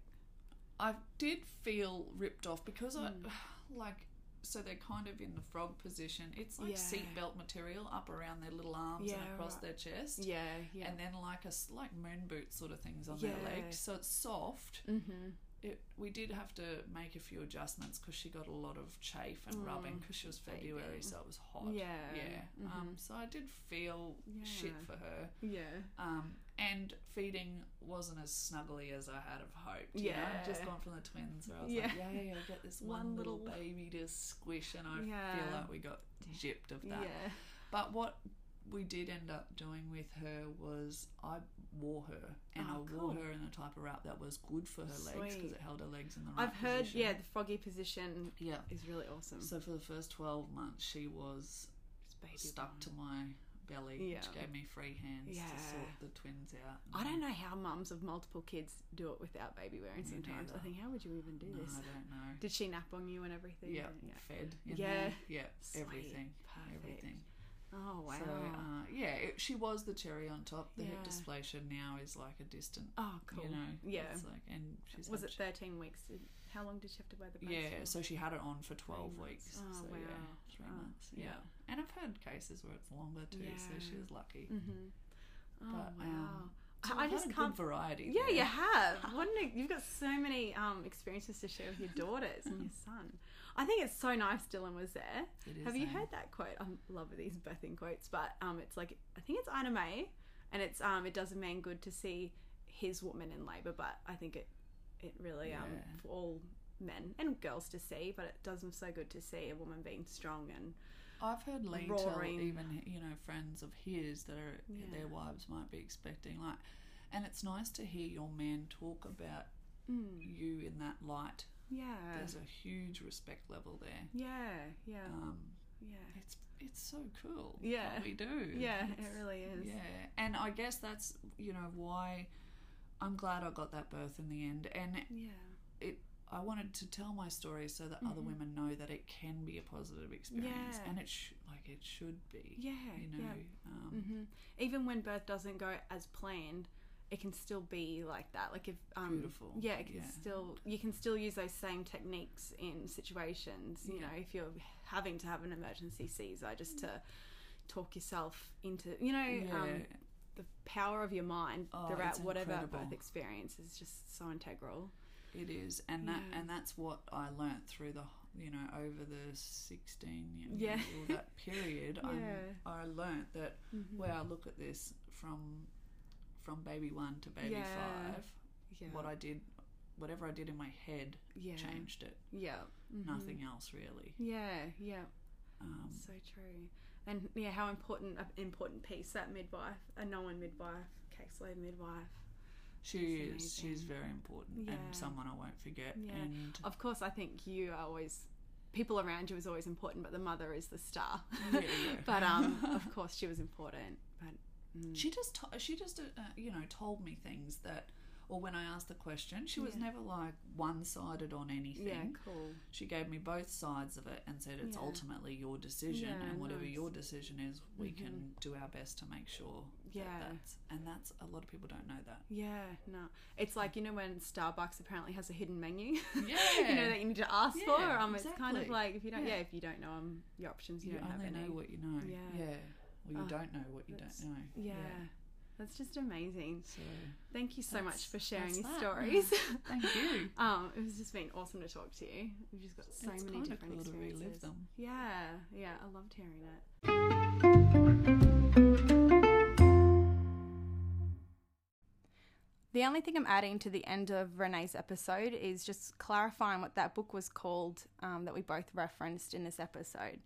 I did feel ripped off because I Mm. <sighs> like so they're kind of in the frog position. It's like Yeah. seatbelt material up around their little arms and Yeah, across right. their chest. Yeah, yeah. And then like a s- like moon boot sort of things on Yeah. their legs, so it's soft, mm-hmm. it, we did have to make a few adjustments because she got a lot of chafe and rubbing because she was February, baby. so it was hot. Mm. Yeah. Mm-hmm. yeah. Um, so I did feel shit Yeah. for her. Yeah. Um, and feeding wasn't as snuggly as I had have hoped. You know, I'd just Yeah. gone from the twins where I was like, Yeah. yay, I get this <laughs> one, One little, little- baby to squish, and I Yeah. feel like we got gypped of that. Yeah. But what we did end up doing with her was I wore her, and Oh, I wore cool. her in a type of wrap that was good for her legs because Sweet. it held her legs in the right I've heard, position. yeah, the froggy position yeah. is really awesome. So for the first twelve months, she was It's baby stuck to my belly, Yeah. which gave me free hands Yeah. to sort the twins out. I don't know how mums of multiple kids do it without baby wearing Me sometimes. I neither. think, how would you even do No, this? I <laughs> don't know. Did she nap on you and everything? yeah, Yeah. fed. In Yeah. There. Yeah, Sweet. everything. Perfect. Everything. Oh, wow. So, uh, yeah, it, she was the cherry on top. The hip Yeah. dysplasia now is like a distant, oh, cool. you know. yeah. It's like, and she's Was had it 13 weeks? Did, how long did she have to wear the brace Yeah, for? so she had it on for 12 months. weeks. Oh, so, wow. Yeah, three Oh, months. Yeah. yeah. And I've had cases where it's longer too, so she Yeah. was lucky. Mhm. Oh, But, wow. um, I- So I I've just had a can't. Good variety. Yeah, there. you have. <laughs> What an, you've got so many um, experiences to share with your daughters and your son. I think it's so nice Dylan was there. It is, Have you eh? heard that quote? I love these birthing quotes, but um, it's like I think it's Ina May, and it's um, it does a man good to see his woman in labour, but I think it it really um Yeah. for all men and girls to see, but it does them so good to see a woman being strong and I've heard Lee roaring- tell even you know friends of his that are Yeah. their wives might be expecting like, and it's nice to hear your man talk about you in that light. yeah, There's a huge respect level there. yeah, yeah, Um, yeah, it's it's so cool. Yeah. what we do. yeah. It It's- really is. Yeah, and I guess that's you know why I'm glad I got that birth in the end, and yeah. I wanted to tell my story so that other women know that it can be a positive experience, Mm-hmm. Yeah. and it sh- like it should be. Yeah, you know. yeah. Um, hmm Even when birth doesn't go as planned, it can still be like that. Like if um, Beautiful, Yeah, it can yeah. still you can still use those same techniques in situations. You Yeah. know, if you're having to have an emergency Caesar, just to talk yourself into you know um, Yeah. the power of your mind Oh, throughout it's whatever birth incredible. experience is just so integral. It is, and that Yeah. and that's what I learnt through the you know over the sixteen you know, Yeah. all that period. Yeah. Mm. I I learnt that wow, look at this from from baby one to baby Yeah. five. Yeah, What I did, whatever I did in my head, yeah, changed it. yeah, mhm. Nothing else really. Yeah, yeah. Um, So true. And yeah, how important an important piece that midwife, a known midwife, caseload midwife. she That's is. She's very important Yeah. and someone I won't forget. Yeah. And <laughs> Of course, I think you are always people around you is always important, but the mother is the star. Yeah, yeah. but <laughs> um, of course, she was important. But mm. she just to- she just uh, uh, you know told me things that, or when I asked the question, she was Yeah. never like one sided on anything. yeah, cool. She gave me both sides of it and said it's Yeah. ultimately your decision, Yeah, and whatever nice. Mm-hmm. your decision is, we can do our best to make sure. Yeah. that that's, and that's a lot of people don't know that. Yeah, no, it's like you know when Starbucks apparently has a hidden menu. <laughs> <laughs> you know Yeah. that you need to ask Yeah, for. Um, it's kind of exactly. like if you don't, yeah, Yeah. if you don't know 'em, your options, you, You, don't have only any. know what you know. Yeah. Well, you Oh, don't know what you that's- don't know. yeah. That's just amazing. So Thank you so much That's- for sharing that's your that. stories. <laughs> thank you. Um, it's just been awesome to talk to you. We've just got so it's many kinda different cool to experiences. relive them. Yeah, yeah, I loved hearing it. The only thing I'm adding to the end of Renee's episode is just clarifying what that book was called um, that we both referenced in this episode.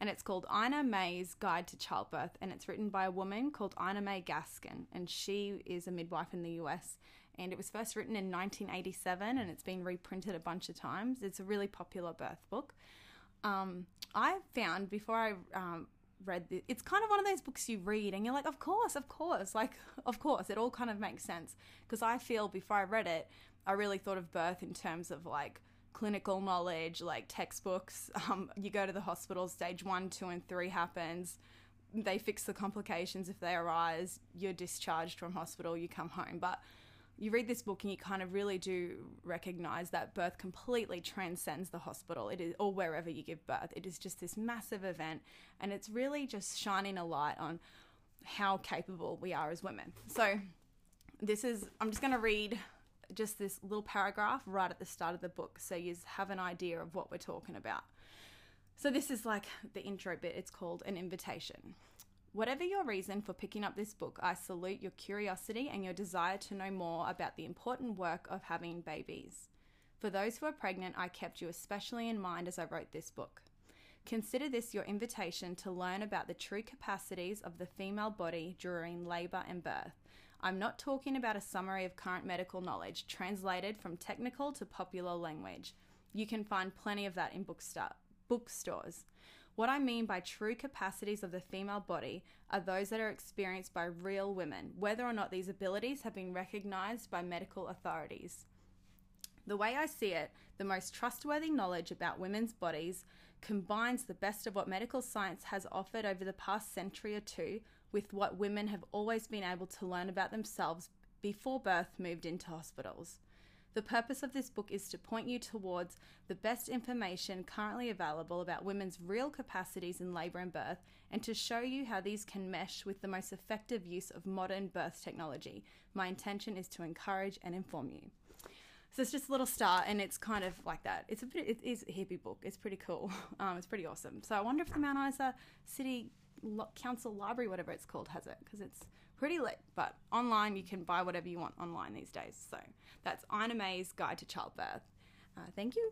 And it's called Ina May's Guide to Childbirth, and it's written by a woman called Ina May Gaskin, and she is a midwife in the US. And it was first written in 1987, and it's been reprinted a bunch of times. It's a really popular birth book. Um, I found before I um, read this, it's kind of one of those books you read and you're like, of course, of course, <laughs> like, of course, it all kind of makes sense. Because I feel before I read it, I really thought of birth in terms of like clinical knowledge, like textbooks. <laughs> Um, you go to the hospital, stage one, two, and three happens. They fix the complications if they arise. You're discharged from hospital, you come home. But you read this book and you kind of really do recognize that birth completely transcends the hospital it is or wherever you give birth it is just this massive event and it's really just shining a light on how capable we are as women so this is i'm just going to read just this little paragraph right at the start of the book so you have an idea of what we're talking about. So, this is like the intro bit, it's called an invitation. Whatever your reason for picking up this book, I salute your curiosity and your desire to know more about the important work of having babies. For those who are pregnant, I kept you especially in mind as I wrote this book. Consider this your invitation to learn about the true capacities of the female body during labour and birth. I'm not talking about a summary of current medical knowledge translated from technical to popular language. You can find plenty of that in booksta- bookstores. What I mean by true capacities of the female body are those that are experienced by real women, whether or not these abilities have been recognised by medical authorities. The way I see it, the most trustworthy knowledge about women's bodies combines the best of what medical science has offered over the past century or two with what women have always been able to learn about themselves before birth moved into hospitals. The purpose of this book is to point you towards the best information currently available about women's real capacities in labour and birth and to show you how these can mesh with the most effective use of modern birth technology. My intention is to encourage and inform you. So it's just a little start, and it's kind of like that. It's a bit, it is a hippie book. It's pretty cool. <laughs> Um, it's pretty awesome. So I wonder if the Mount Isa City Lo- Council Library, whatever it's called, has it because it's pretty lit. But online, you can buy whatever you want online these days. So that's Ina May's Guide to Childbirth. Uh, thank you.